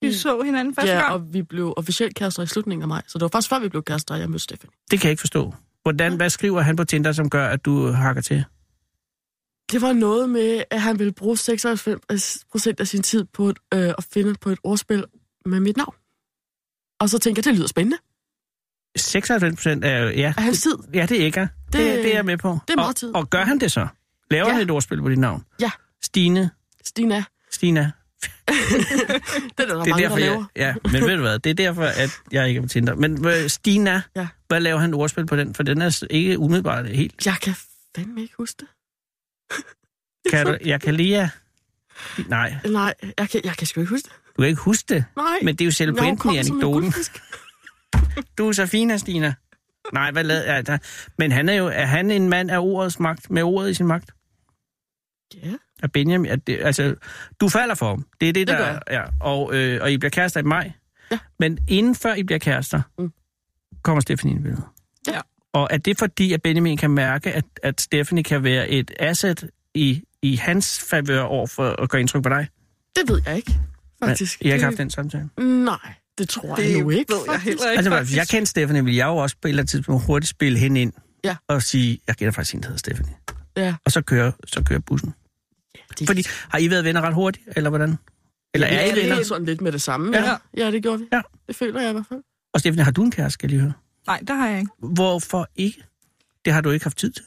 Speaker 7: vi
Speaker 6: Mm.
Speaker 7: så hinanden første
Speaker 6: ja,
Speaker 7: gang.
Speaker 6: og vi blev officielt kærester i slutningen af maj, så det var faktisk før, vi blev kærester, at jeg mødte Stephanie.
Speaker 4: Det kan jeg ikke forstå. Hvordan, hvad skriver han på Tinder, som gør, at du hakker til?
Speaker 6: Det var noget med, at han ville bruge 96 procent af sin tid på et, øh, at finde på et ordspil med mit navn. Og så tænker jeg, det lyder spændende.
Speaker 4: 96 procent af... Ja,
Speaker 6: Af hans tid.
Speaker 4: ja, det er ikke. Det, det er jeg med på.
Speaker 6: det er meget
Speaker 4: og,
Speaker 6: tid.
Speaker 4: Og gør han det så? Laver
Speaker 6: Ja.
Speaker 4: ja. et ordspil på dit navn?
Speaker 6: Ja.
Speaker 4: Stine,
Speaker 6: Stina.
Speaker 4: Stina.
Speaker 6: Det er der, der
Speaker 4: Det er
Speaker 6: mange,
Speaker 4: derfor,
Speaker 6: der
Speaker 4: jeg,
Speaker 6: laver.
Speaker 4: ja, men ved du hvad, det er derfor, at jeg ikke er på Tinder. Men øh, Stina,
Speaker 6: Ja.
Speaker 4: hvad laver han et ordspil på den? For den er s- ikke umiddelbart helt.
Speaker 6: Jeg kan fandme ikke huske det.
Speaker 4: Kan du, jeg kan lige... Nej,
Speaker 6: Nej, jeg kan, jeg kan sgu ikke huske det.
Speaker 4: du kan ikke huske det.
Speaker 6: Nej.
Speaker 4: Men det er jo selv
Speaker 6: Når hun
Speaker 4: pointen i
Speaker 6: kom som en
Speaker 4: anekdoten.
Speaker 6: guldfisk.
Speaker 4: Du er så fin, her, Stina. Nej, hvad lader jeg der? Men han er jo er han en mand af ordets magt, med ordet i sin magt?
Speaker 6: Ja.
Speaker 4: Er Benjamin, er det, altså, du falder for ham. Det er det, der...
Speaker 6: Det gør
Speaker 4: ja, og, øh, og I bliver kærester i maj.
Speaker 6: Ja.
Speaker 4: Men inden før I bliver kærester,
Speaker 6: Mm.
Speaker 4: kommer Stephanie med.
Speaker 7: Ja.
Speaker 4: Og er det fordi, at Benjamin kan mærke, at, at Stephanie kan være et asset i, i hans favør over for at gøre indtryk på dig?
Speaker 6: Det ved jeg ikke, faktisk.
Speaker 4: Men I har ikke haft den samtale?
Speaker 6: den? Nej, det tror jeg
Speaker 7: Det
Speaker 6: nu ikke.
Speaker 7: ved jeg
Speaker 6: faktisk.
Speaker 7: heller ikke,
Speaker 4: Altså,
Speaker 7: faktisk.
Speaker 4: hvis jeg kendte Stephanie, ville jeg jo også på et eller andet tidspunkt hurtigt spille hende ind
Speaker 6: Ja.
Speaker 4: og sige, jeg gætter faktisk en, der hedder Stephanie.
Speaker 6: Ja.
Speaker 4: Og så kører, så kører bussen.
Speaker 6: Det-
Speaker 4: Fordi har I været venner ret hurtigt, eller hvordan? Eller er
Speaker 6: Ja,
Speaker 4: I
Speaker 6: det
Speaker 4: venner?
Speaker 6: er sådan lidt med det samme. Ja,
Speaker 7: Ja.
Speaker 6: ja det gjorde vi.
Speaker 4: Ja.
Speaker 6: Det føler jeg i hvert fald.
Speaker 4: Og Stephanie, har du en kæreste, skal jeg lige høre?
Speaker 7: Nej, det har jeg ikke.
Speaker 4: Hvorfor ikke? Det har du ikke haft tid til.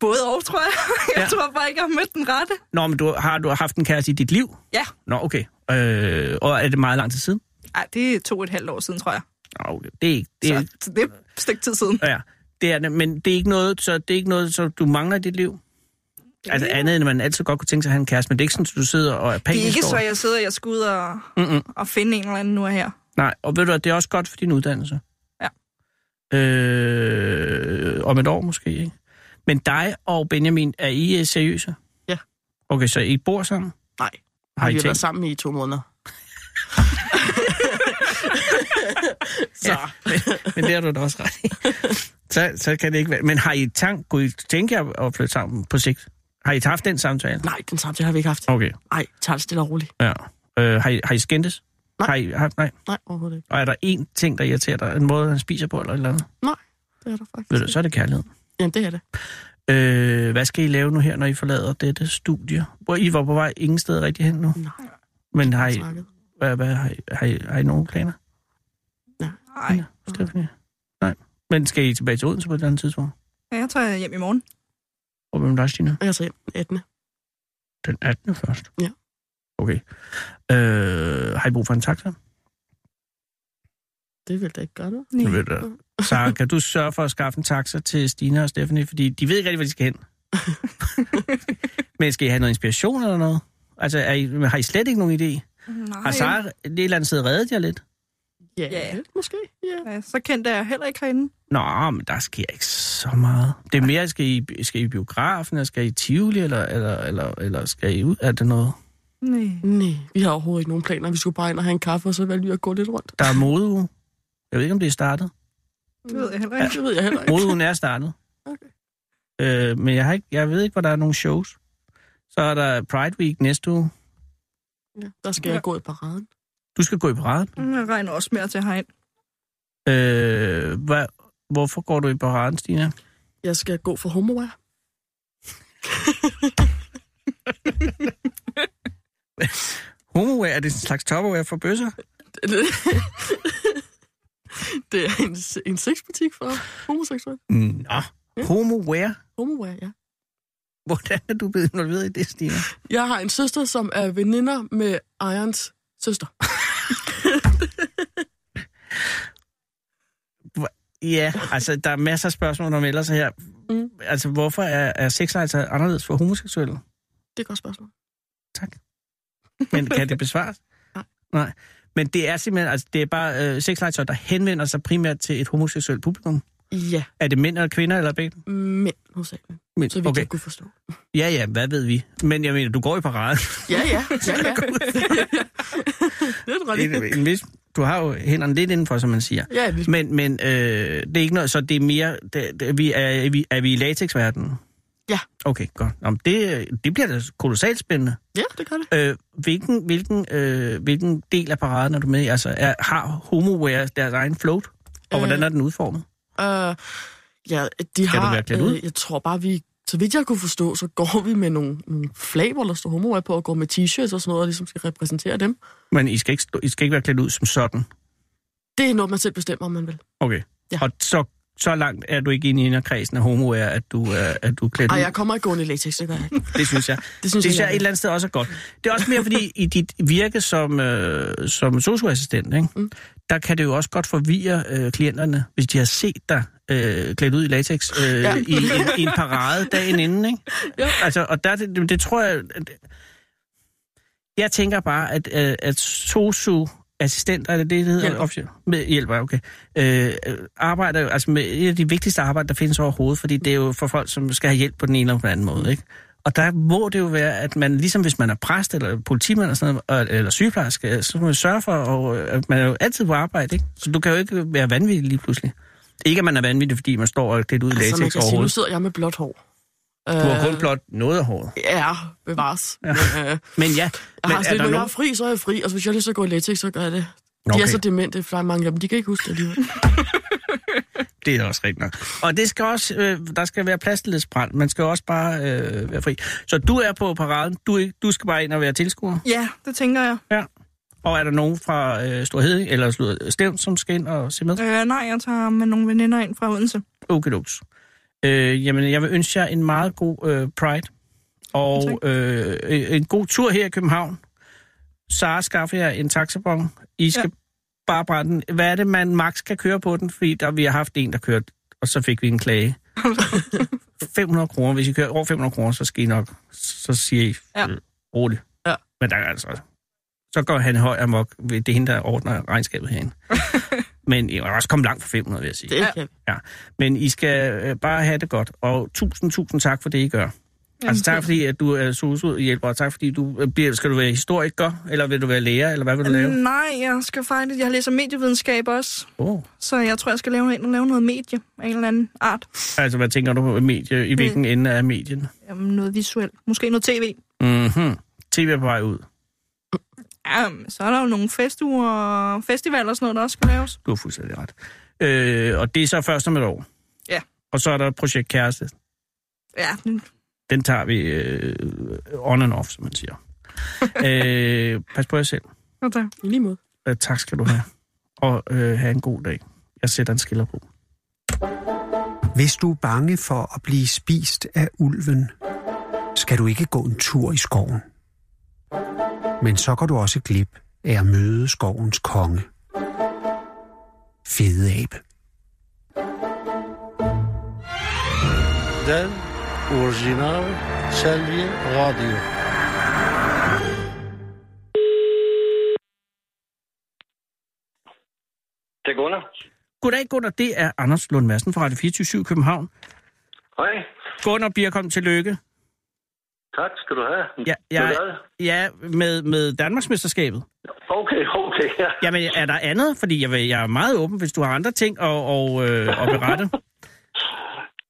Speaker 7: Både og, tror jeg. Jeg
Speaker 4: Ja.
Speaker 7: tror bare ikke, jeg har mødt den rette.
Speaker 4: Nå, men du, har du haft en kæreste i dit liv?
Speaker 7: Ja.
Speaker 4: Nå, okay. Øh, og er det meget lang tid siden?
Speaker 7: Nej, det er to og et halvt år siden, tror jeg.
Speaker 4: Nå, okay. det er ikke... Det er,
Speaker 7: Så det er et stykke tid siden.
Speaker 4: ja, det er det, men det er ikke noget, så det er ikke noget, så du mangler i dit liv? Altså andet, end at man altid godt kunne tænke sig at have en kæreste, men det er ikke sådan, at du sidder og er panisk
Speaker 7: Det er ikke
Speaker 4: over
Speaker 7: så, jeg sidder og jeg skal ud og,
Speaker 4: Mm-mm.
Speaker 7: og finde en eller anden nu og her.
Speaker 4: Nej, og ved du hvad, det er også godt for din uddannelse.
Speaker 7: Ja.
Speaker 4: Øh, om et år måske, ikke? Men dig og Benjamin, er I øh, seriøse?
Speaker 6: Ja.
Speaker 4: Okay, så I bor sammen?
Speaker 6: Nej.
Speaker 4: Har I
Speaker 6: vi har været
Speaker 4: tænkt?
Speaker 6: sammen i to måneder. så, ja.
Speaker 4: Men det har du da også ret i. så, så kan det ikke være. Men har I tank, kunne I tænke jer at flytte sammen på sigt? Har I haft den samtale?
Speaker 6: nej, den samtale har vi ikke haft.
Speaker 4: Okay,
Speaker 6: Nej, Charles, stille og roligt.
Speaker 4: ja. Øh, har, I, har I skændtes?
Speaker 6: Nej.
Speaker 4: Har I, har, nej.
Speaker 6: Nej, overhovedet ikke.
Speaker 4: Og er der én ting, der irriterer dig? En måde, han spiser på eller et eller andet?
Speaker 6: Det er der faktisk.
Speaker 4: Ved du, så er det kærlighed.
Speaker 6: ikke. Jamen, det er det.
Speaker 4: Øh, hvad skal I lave nu her, når I forlader dette studie? Hvor I var på vej ingen sted rigtig hen nu.
Speaker 6: Nej,
Speaker 4: Men har I,
Speaker 6: snakket.
Speaker 4: hvad, hvad, har I, har I, har I nogen planer?
Speaker 7: Nej,
Speaker 4: Stephanie? Nej. Men skal I tilbage til Odense på et eller andet tidspunkt?
Speaker 7: ja, jeg tror, jeg er hjem i morgen.
Speaker 4: Og hvem er der, Stine?
Speaker 6: Og jeg tager hjem den 18.
Speaker 4: Den 18. først?
Speaker 6: Ja.
Speaker 4: Okay. Øh, har I brug for en taxa?
Speaker 6: Det vil da ikke gøre noget.
Speaker 4: Jeg ved det. Så kan du sørge for at skaffe en taxa til Stine og Stephanie? Fordi de ved ikke rigtig, hvor de skal hen. Men skal I have noget inspiration eller noget? Altså, er I, har I slet ikke nogen idé?
Speaker 7: Nej.
Speaker 4: Har Sara et eller andet sted reddet jer lidt?
Speaker 6: Ja,
Speaker 7: Ja.
Speaker 6: yeah. måske. Ja.
Speaker 7: Ja, så kendte jeg heller ikke herinde.
Speaker 4: Nå, men der sker ikke så meget. Det er mere, skal I, skal I i biografen, eller skal I i Tivoli, eller, eller, eller, eller skal I ud? Er det noget?
Speaker 7: Nej.
Speaker 6: Nej, vi har overhovedet ikke nogen planer. Vi skulle bare ind og have en kaffe, og så valgte vi at gå lidt rundt.
Speaker 4: Der er modeuge. Jeg ved ikke, om det er startet.
Speaker 7: Det ved jeg heller
Speaker 6: Ja.
Speaker 7: ikke.
Speaker 6: Det ved jeg heller ikke.
Speaker 4: Modeugen er startet.
Speaker 6: Okay.
Speaker 4: Øh, men jeg, har ikke, jeg ved ikke, hvor der er nogle shows. Så er der Pride Week næste uge.
Speaker 6: Ja. Der skal jeg gå i paraden.
Speaker 4: Du skal gå i paraden.
Speaker 7: Jeg regner også mere til herind.
Speaker 4: Øh, hvad, hvorfor går du i paraden, Stina?
Speaker 6: Jeg skal gå for homoware.
Speaker 4: Homowear, er det en slags topperwear for bøsser?
Speaker 6: det er en, en sexbutik for homoseksuelle.
Speaker 4: Nå, homowear.
Speaker 6: Homoware, ja.
Speaker 4: Hvordan er du blevet involveret i det, Stina?
Speaker 6: Jeg har en søster, som er veninder med Irons søster.
Speaker 4: Ja, altså, der er masser af spørgsmål, når man melder sig her. Mm.
Speaker 6: Mm.
Speaker 4: Altså, hvorfor er, er sexlejser anderledes for homoseksuelle?
Speaker 6: Det er et godt spørgsmål.
Speaker 4: Men kan det besvares?
Speaker 6: Nej.
Speaker 4: Nej. Men det er simpelthen, altså, det er bare øh, sexlejser, der henvender sig primært til et homoseksuelt publikum.
Speaker 6: Ja,
Speaker 4: Er det mænd eller kvinder, eller begge?
Speaker 6: mænd hovedsageligt.
Speaker 4: Mænd.
Speaker 6: Så vi okay.
Speaker 4: okay.
Speaker 6: kan kunne forstå.
Speaker 4: Ja, ja, hvad ved vi? Men jeg mener, du går i parade.
Speaker 6: Ja, ja. ja, ja. det er ret
Speaker 4: en, en vis, du har jo hænderne lidt indenfor, som man siger.
Speaker 6: Ja, en lille-
Speaker 4: Men, men øh, det er ikke noget, så det er mere, det, det, vi er, er, vi, er vi i latexverdenen?
Speaker 6: Ja.
Speaker 4: Okay, godt. Nå, men det, øh, det bliver da kolossalt spændende.
Speaker 6: ja, det gør det.
Speaker 4: Øh, hvilken, hvilken, øh, hvilken del af paraden er du med i? Altså, er, har homoware deres egen float? Og hvordan
Speaker 6: Øh,
Speaker 4: er den udformet?
Speaker 6: Uh, ja, de
Speaker 4: Skal du
Speaker 6: har, øh,
Speaker 4: være klædt ud?
Speaker 6: jeg tror bare, vi... Så vidt jeg kunne forstå, så går vi med nogle, nogle flag, hvor der står homoer på, og går med t-shirts og sådan noget, og ligesom skal repræsentere dem.
Speaker 4: Men I skal, ikke, stå- I skal ikke være klædt ud som sådan.
Speaker 6: Det er noget, man selv bestemmer, om man vil.
Speaker 4: Okay.
Speaker 6: Ja.
Speaker 4: Og så så langt er du ikke inde i inderkredsen af homoer, at du, øh, at du er klædt
Speaker 6: Ej,
Speaker 4: ud.
Speaker 6: jeg kommer ikke gående i latex, det gør jeg ikke.
Speaker 4: Det synes jeg.
Speaker 6: Det synes
Speaker 4: det synes
Speaker 6: jeg
Speaker 4: jeg et eller andet sted også er godt. Det er også mere fordi, i dit virke som, øh, som socioassistent, ikke? Mm. der kan det jo også godt forvirre øh, klienterne, hvis de har set dig øh, klædt ud i latex øh, ja.
Speaker 6: Ja.
Speaker 4: i, en, i en parade dagen inden. Ikke?
Speaker 6: Jo.
Speaker 4: Altså, og der, det, det tror jeg... At, jeg tænker bare, at, øh, at sosu assistenter, er det det, det hedder?
Speaker 6: Hjælper.
Speaker 4: Officielt. Med hjælper, okay. Øh, arbejder, jo- altså med et af de vigtigste arbejder, der findes overhovedet, fordi det er jo for folk, som skal have hjælp på den ene eller den anden måde, ikke? Og der må det jo være, at man, ligesom hvis man er præst eller politimand eller, sådan noget, og- eller sygeplejerske, øh, så må man sørge for, og, øh, at man er jo altid på arbejde, ikke? Så du kan jo ikke være vanvittig lige pludselig. Ikke, at man er vanvittig, fordi man står og er klædt ud i
Speaker 6: Altså, man
Speaker 4: latex
Speaker 6: kan sige, nu
Speaker 4: overhovedet.
Speaker 6: sidder jeg med blåt hår.
Speaker 4: Du har kun blot noget af håret.
Speaker 6: Ja, bevares. Ja. Men, øh,
Speaker 4: Men ja,
Speaker 6: jeg
Speaker 4: men
Speaker 6: Øh, har
Speaker 4: er
Speaker 6: sådan,
Speaker 4: der
Speaker 6: lidt, når jeg
Speaker 4: nogen...
Speaker 6: er fri, så er jeg fri, og så hvis jeg har lyst til at gå i latex, så gør jeg det. De
Speaker 4: Okay.
Speaker 6: er så demente, for der er mange af dem, de kan ikke huske det alligevel.
Speaker 4: Det er også rigtigt nok. Og det skal også, øh, der skal være plads til lidt sprand. Man skal også bare øh, være fri. Så du er på paraden. Du, er ikke- du skal bare ind og være tilskuer.
Speaker 7: Ja, det tænker jeg.
Speaker 4: Ja. Og er der nogen fra øh, Stor Heding eller Stor Stævn, som skal ind og se med?
Speaker 7: Øh, nej, jeg tager med nogle veninder ind fra Odense.
Speaker 4: Okay, duks. Øh, jamen, jeg vil ønske jer en meget god øh, Pride. Og øh, øh, en god tur her i København. Sara skaffer jer en taxabon. I skal ja. bare brænde den. Hvad er det, man max kan køre på den? Fordi der, vi har haft en, der kørte, og så fik vi en klage. 500 kroner. Hvis I kører over 500 kroner, så skal I nok. Så siger I ja.
Speaker 7: Ja.
Speaker 4: øh, roligt.
Speaker 6: Ja.
Speaker 4: Men der er altså... Så går han høj amok. ved- Det er hende, der ordner regnskabet herinde. Men I er også kommet langt fra 500, vil jeg sige.
Speaker 6: Det ja. kan
Speaker 4: Ja, men I skal øh, bare have det godt, og tusind, tusind tak for det, I gør. Jamen, altså tak fordi, at du er sosu-hjælper, og tak fordi, du øh, bliver, skal du være historiker, eller vil du være lærer, eller hvad vil du lave?
Speaker 7: Nej, jeg skal faktisk... Jeg læser medievidenskab også,
Speaker 4: Oh.
Speaker 7: så jeg tror, jeg skal lave, ind og lave noget medie af en eller anden art.
Speaker 4: Altså, hvad tænker du på medie, i hvilken ende af medien?
Speaker 7: Jamen, noget visuelt. Måske noget tv.
Speaker 4: Mhm. TV er på vej ud.
Speaker 7: Jamen, så er der jo nogle festuger og festivaler og sådan noget, der også skal laves.
Speaker 4: Du har fuldstændig ret. Øh, og det er så først om et år.
Speaker 7: Ja.
Speaker 4: Og så er der projekt Kæreste.
Speaker 7: Ja, men
Speaker 4: Den tager vi øh, on and off, som man siger. øh, pas på jer selv.
Speaker 7: hvad der?
Speaker 6: I lige måde.
Speaker 4: Øh, tak skal du have. Og øh, have en god dag. Jeg sætter en skiller på.
Speaker 1: Hvis du er bange for at blive spist af ulven, skal du ikke gå en tur i skoven. Men så går du også glip af at møde skovens konge. Fede abe.
Speaker 8: Den orijinal Selvi Radyo.
Speaker 9: Det er Gunnar.
Speaker 4: Goddag, Gunnar. Det er Anders Lund Madsen fra Radio 24 København.
Speaker 9: Hej.
Speaker 4: Gunnar Birkom, tillykke.
Speaker 9: Tak skal du have.
Speaker 4: Ja, ja,
Speaker 9: Med hvad?
Speaker 4: ja med, med Danmarksmesterskabet.
Speaker 9: Okay, okay. Ja.
Speaker 4: Jamen, er der andet? Fordi jeg, vil, jeg er meget åben, hvis du har andre ting at, og, øh, at berette.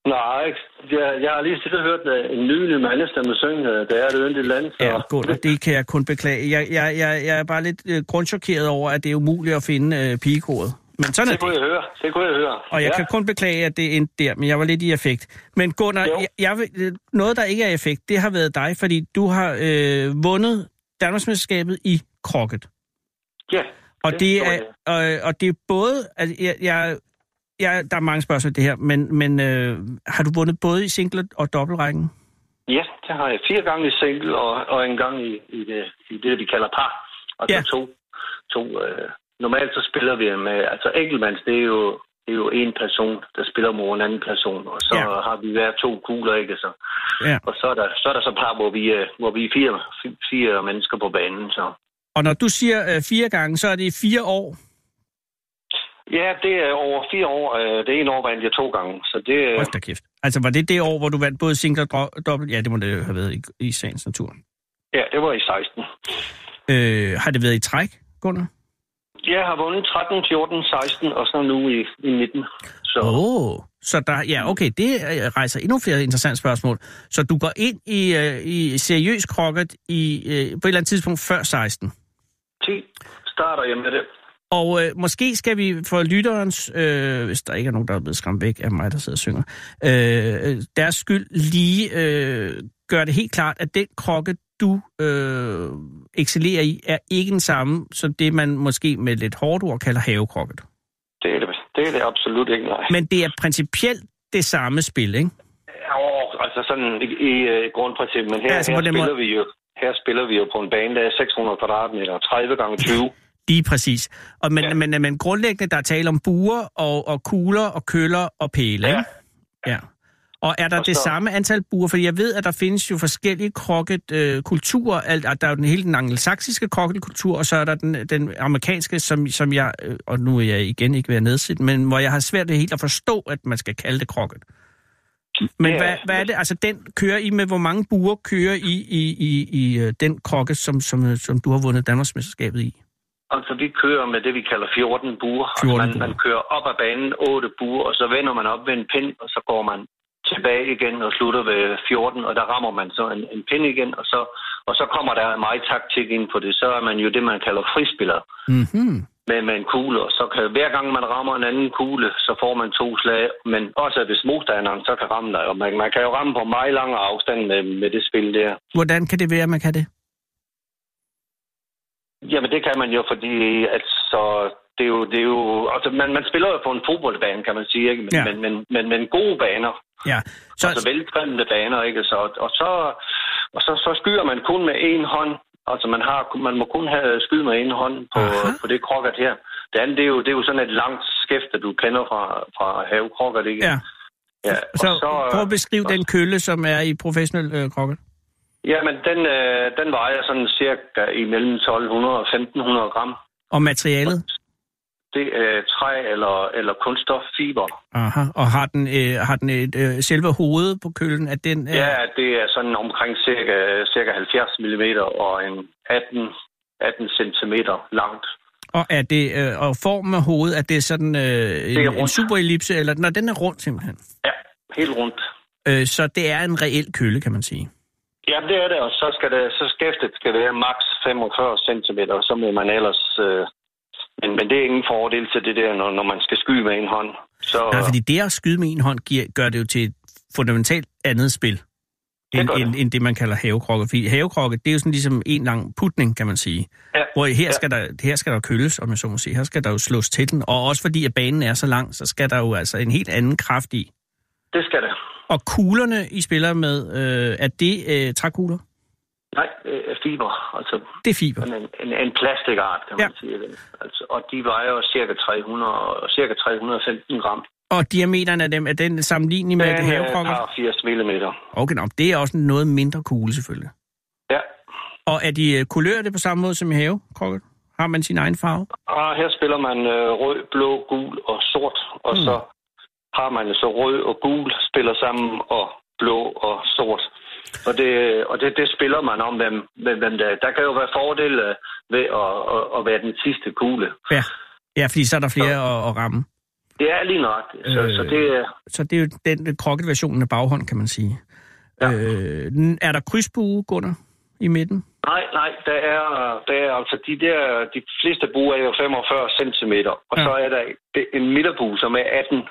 Speaker 9: Nej, jeg, jeg har lige siddet og hørt øh, en nydelig mandestemme synge, øh, det er det yndigt land. Så.
Speaker 4: Ja, Gunnar, det kan jeg kun beklage. Jeg, jeg, jeg, jeg er bare lidt øh, grundchokeret over, at det er umuligt at finde øh, pigekoret. Men sådan er
Speaker 9: det kunne
Speaker 4: det.
Speaker 9: jeg høre, det kunne jeg høre.
Speaker 4: Og jeg
Speaker 9: ja.
Speaker 4: kan kun beklage, at det endte der, men jeg var lidt i effekt. Men Gunnar,
Speaker 9: Jo.
Speaker 4: jeg, jeg, vil- noget der ikke er i effekt, det har været dig, fordi du har øh, vundet Danmarksmesterskabet i krokket.
Speaker 9: Ja.
Speaker 4: Og
Speaker 9: Det
Speaker 4: det
Speaker 9: tror
Speaker 4: er, og, og det er både, altså, jeg, jeg, jeg, der er mange spørgsmål i det her, men, men øh, har du vundet både i single og dobbeltrækken?
Speaker 9: Ja, det har jeg fire gange i single og, og en gang i, i, det, i det, de kalder par. Og
Speaker 4: Ja.
Speaker 9: ja. to. to øh, normalt så spiller vi med, altså enkeltmands, det er jo det er jo en person, der spiller mod en anden person, og så
Speaker 4: Ja.
Speaker 9: ja. har vi hver to kugler, ikke? Så,
Speaker 4: Ja.
Speaker 9: Og så er, der, så er der så par, hvor vi, øh, hvor vi er fire, fire mennesker på banen, så...
Speaker 4: Og når du siger øh, fire gange, så er det i fire år,
Speaker 9: Ja, det er over fire år. Øh, Det ene år vandt jeg to gange, så det... øh,
Speaker 4: hold da kæft. Altså var det det år, hvor du vandt både single og dro- dobbelt? Ja, det må det have været i, i sagens natur.
Speaker 9: Ja, det var i 16.
Speaker 4: Øh, har det været i træk, Gunnar?
Speaker 9: Jeg har vundet 13, 14, 16 og så nu i, i 19. Så oh.
Speaker 4: Åh, oh, så der, ja okay, det øh, rejser endnu flere interessante spørgsmål. Så du går ind i, øh, i seriøs krokket i, øh, på et eller andet tidspunkt før 16?
Speaker 9: 10 starter jeg med det.
Speaker 4: Og øh, måske skal vi for lytterens, øh, hvis der ikke er nogen, der er blevet skræmt væk af mig, der sidder og synger, øh, øh, deres skyld lige øh, gøre det helt klart, at den krokke, du øh, excellerer i, er ikke den samme som det, man måske med lidt hårdt ord kalder havekrokket.
Speaker 9: Det er det, Det er det absolut ikke, nej.
Speaker 4: Men det er principielt det samme spil, ikke?
Speaker 9: Åh, altså sådan i, i øh, grundprincippet, men her,
Speaker 4: Ja,
Speaker 9: ja,
Speaker 4: altså
Speaker 9: altså,
Speaker 4: på den
Speaker 9: her spiller vi jo her spiller vi jo på en bane, der er 600 kvadratmeter, 30 gange 20.
Speaker 4: Lige præcis. Og men, ja.
Speaker 9: Ja.
Speaker 4: men, men grundlæggende, der er tale om buer og, og kugler og køller og pæle,
Speaker 9: Ja.
Speaker 4: ikke? Ja. Og er der
Speaker 9: Og
Speaker 4: det
Speaker 9: så-
Speaker 4: samme antal buer? Fordi jeg ved, at der findes jo forskellige krokketkulturer. Øh, kulturer. Alt- at der er jo den hele den angelsaksiske krokketkultur, og så er der den, den amerikanske, som, som jeg... Øh, og nu er jeg igen ikke ved at nedsætte, men hvor jeg har svært ved helt at forstå, at man skal kalde det krokket. Men
Speaker 9: Ja.
Speaker 4: ja. hvad, hvad er det? Altså, den kører I med, hvor mange buer kører I i, i, i øh, den krokke, som, som, øh, som du har vundet Danmarksmesterskabet i?
Speaker 9: Altså, vi kører med det, vi kalder 14 buer.
Speaker 4: 14
Speaker 9: altså, man,
Speaker 4: buer.
Speaker 9: man kører op ad banen, 8 buer, og så vender man op ved en pind, og så går man tilbage igen og slutter ved 14, og der rammer man så en, en pind igen, og så, og så kommer der meget taktik ind på det. Så er man jo det, man kalder frispiller
Speaker 4: Mm-hmm.
Speaker 9: med, med en kugle, og så kan hver gang man rammer en anden kugle, så får man to slag, men også hvis modstanderen så kan ramme dig, og man, man kan jo ramme på meget lang afstand med, med det spil der.
Speaker 4: Hvordan kan det være, at man kan det?
Speaker 9: Jamen det kan man jo, fordi at så det er jo, det er jo altså man, man spiller jo på en fodboldbane, kan man sige, ikke? Men,
Speaker 4: Ja.
Speaker 9: ja. men, men, men, men gode baner,
Speaker 4: Ja.
Speaker 9: så, altså
Speaker 4: Så,
Speaker 9: veltrimmede baner, ikke? Så, og så, og så, så skyder man kun med én hånd, altså man, har, man må kun have skyde med én hånd på,
Speaker 4: Aha.
Speaker 9: på det krokket her. Det andet, det er jo, det er jo sådan et langt skæfte, du kender fra, fra havekrokket, ikke?
Speaker 4: ja.
Speaker 9: ja. og
Speaker 4: så prøv at beskrive
Speaker 9: og-
Speaker 4: den kølle, som er i professionel øh, krokke.
Speaker 9: Jamen, den, øh, den vejer sådan cirka imellem 1200 og 1500 gram.
Speaker 4: Og materialet.
Speaker 9: Det er træ eller, eller kunststoffiber.
Speaker 4: Aha. Og har den, øh, har den et, øh, selve hovedet på køllen? Er den, øh,
Speaker 9: Ja. ja, det er sådan omkring cirka, cirka 70 mm og en 18, 18 cm langt.
Speaker 4: Og er det øh, og formen af hovedet, er det sådan øh,
Speaker 9: er
Speaker 4: en, en
Speaker 9: rundt.
Speaker 4: superellipse? Eller, når den er rund simpelthen.
Speaker 9: Ja, helt rundt.
Speaker 4: Øh, så det er en reel kølle, kan man sige.
Speaker 9: Ja, det er det, og så skal det, så skæftet skal være maks 45 cm, og så må man ellers... Øh, men, men det er ingen fordel til det der, når, når man skal skyde med en hånd. Så,
Speaker 4: Nej, fordi det at skyde med en hånd giver, gør det jo til et fundamentalt andet spil, end,
Speaker 9: gør det.
Speaker 4: end, end det, man kalder havekrokke. Fordi havekrokke, det er jo sådan ligesom en lang putning, kan man sige.
Speaker 9: Ja,
Speaker 4: Hvor her,
Speaker 9: ja.
Speaker 4: skal der, her skal der jo køles, om jeg så må sige. Her skal der jo slås til den. Og også fordi, at banen er så lang, så skal der jo altså en helt anden kraft i.
Speaker 9: det skal det.
Speaker 4: Og kuglerne, I spiller med, øh, er det øh, trækugler?
Speaker 9: Nej, øh, fiber, altså
Speaker 4: Det er fiber.
Speaker 9: sådan en, en, en plastikart, kan man
Speaker 4: Ja.
Speaker 9: ja. sige. Altså, og de vejer jo cirka, 300, cirka 315 gram.
Speaker 4: Og diameteren af dem, er den sammenlignelig med
Speaker 9: Den øh,
Speaker 4: et
Speaker 9: er
Speaker 4: havekrokke?
Speaker 9: par 80 mm.
Speaker 4: Okay, nå, det er også en noget mindre kugle, selvfølgelig.
Speaker 9: Ja,
Speaker 4: Og er de øh, kulørte på samme måde som i havekrokke? Har man sin egen farve?
Speaker 9: og her spiller man øh, rød, blå, gul og sort, og
Speaker 4: Mm.
Speaker 9: mm. så har man så rød og gul spiller sammen, og blå og sort. Og det, og det, det spiller man om, hvem, hvem, hvem der er. Der kan jo være fordele øh, ved at, at, at være den sidste kugle.
Speaker 4: Ja. Ja, fordi så er der flere at, at ramme.
Speaker 9: Det er lige nok. Så, øh. så
Speaker 4: Øh.
Speaker 9: det er...
Speaker 4: Så det er jo den øh, krokket-versionen af baghånd, kan man sige. Ja. Øh, n- er der krydsbue, Gunnar, i midten?
Speaker 9: Nej, nej, der er, der er altså de der, de fleste buer er jo 45 cm, og
Speaker 4: Ja.
Speaker 9: ja. så er der det- en midterbue, som er 18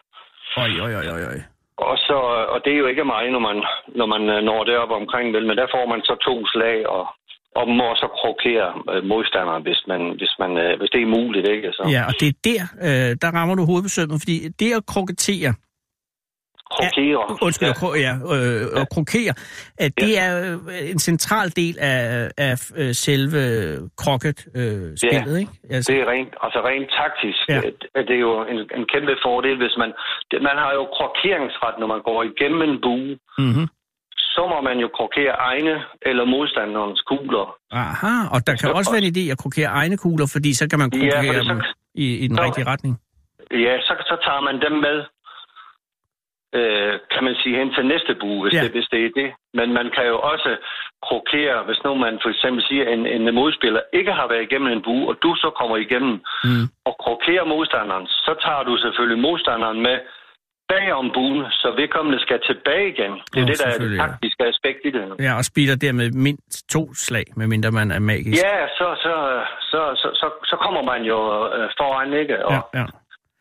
Speaker 4: Oj, oj, oj, oj, oj.
Speaker 9: Og, så, og det er jo ikke meget, når man, når man øh, når derop omkring, vel, men der får man så to slag, og, og må så krokere øh, modstanderen, hvis, man, hvis, man, øh, hvis det er muligt. Ikke? Så
Speaker 4: Ja, og det er der, øh, der rammer du hovedbesømmet, fordi det at krokettere,
Speaker 9: krokere.
Speaker 4: undskyld,
Speaker 9: ja.
Speaker 4: ja. kro, ja, øh, ja. at krokere, at det ja. er øh, en central del af, af øh, selve krokket-spillet, øh, spillet, ikke? Altså,
Speaker 9: Det er rent, altså rent taktisk.
Speaker 4: Ja.
Speaker 9: Ja. Det er jo en, en kæmpe fordel, hvis man... Det, man har jo krokeringsret, når man går igennem en bue.
Speaker 4: Mhm.
Speaker 9: Så må man jo krokere egne eller modstanderens kugler.
Speaker 4: Aha, og der kan også være en idé at krokere egne kugler, fordi så kan man
Speaker 9: Ja, for
Speaker 4: krokere ja,
Speaker 9: det- så-
Speaker 4: dem i, i den
Speaker 9: så-
Speaker 4: rigtige retning.
Speaker 9: Ja, så, så tager man dem med, øh, kan man sige, hen til næste bue, hvis,
Speaker 4: Ja.
Speaker 9: ja. det, hvis det er det. Men man kan jo også krokere, hvis nu man for eksempel siger, at en, en modspiller ikke har været igennem en bue, og du så kommer igennem
Speaker 4: Mm.
Speaker 9: og krokerer modstanderen, så tager du selvfølgelig modstanderen med bagom buen, så vedkommende skal tilbage igen. Det er
Speaker 4: Nå,
Speaker 9: det, der er det
Speaker 4: selvfølgelig, ja.
Speaker 9: taktiske aspekt i det.
Speaker 4: Ja, og spiller dermed mindst to slag, medmindre man er magisk.
Speaker 9: Ja, så, så, så, så, så, så kommer man jo øh, foran, ikke? Og, ja.
Speaker 4: ja, ja.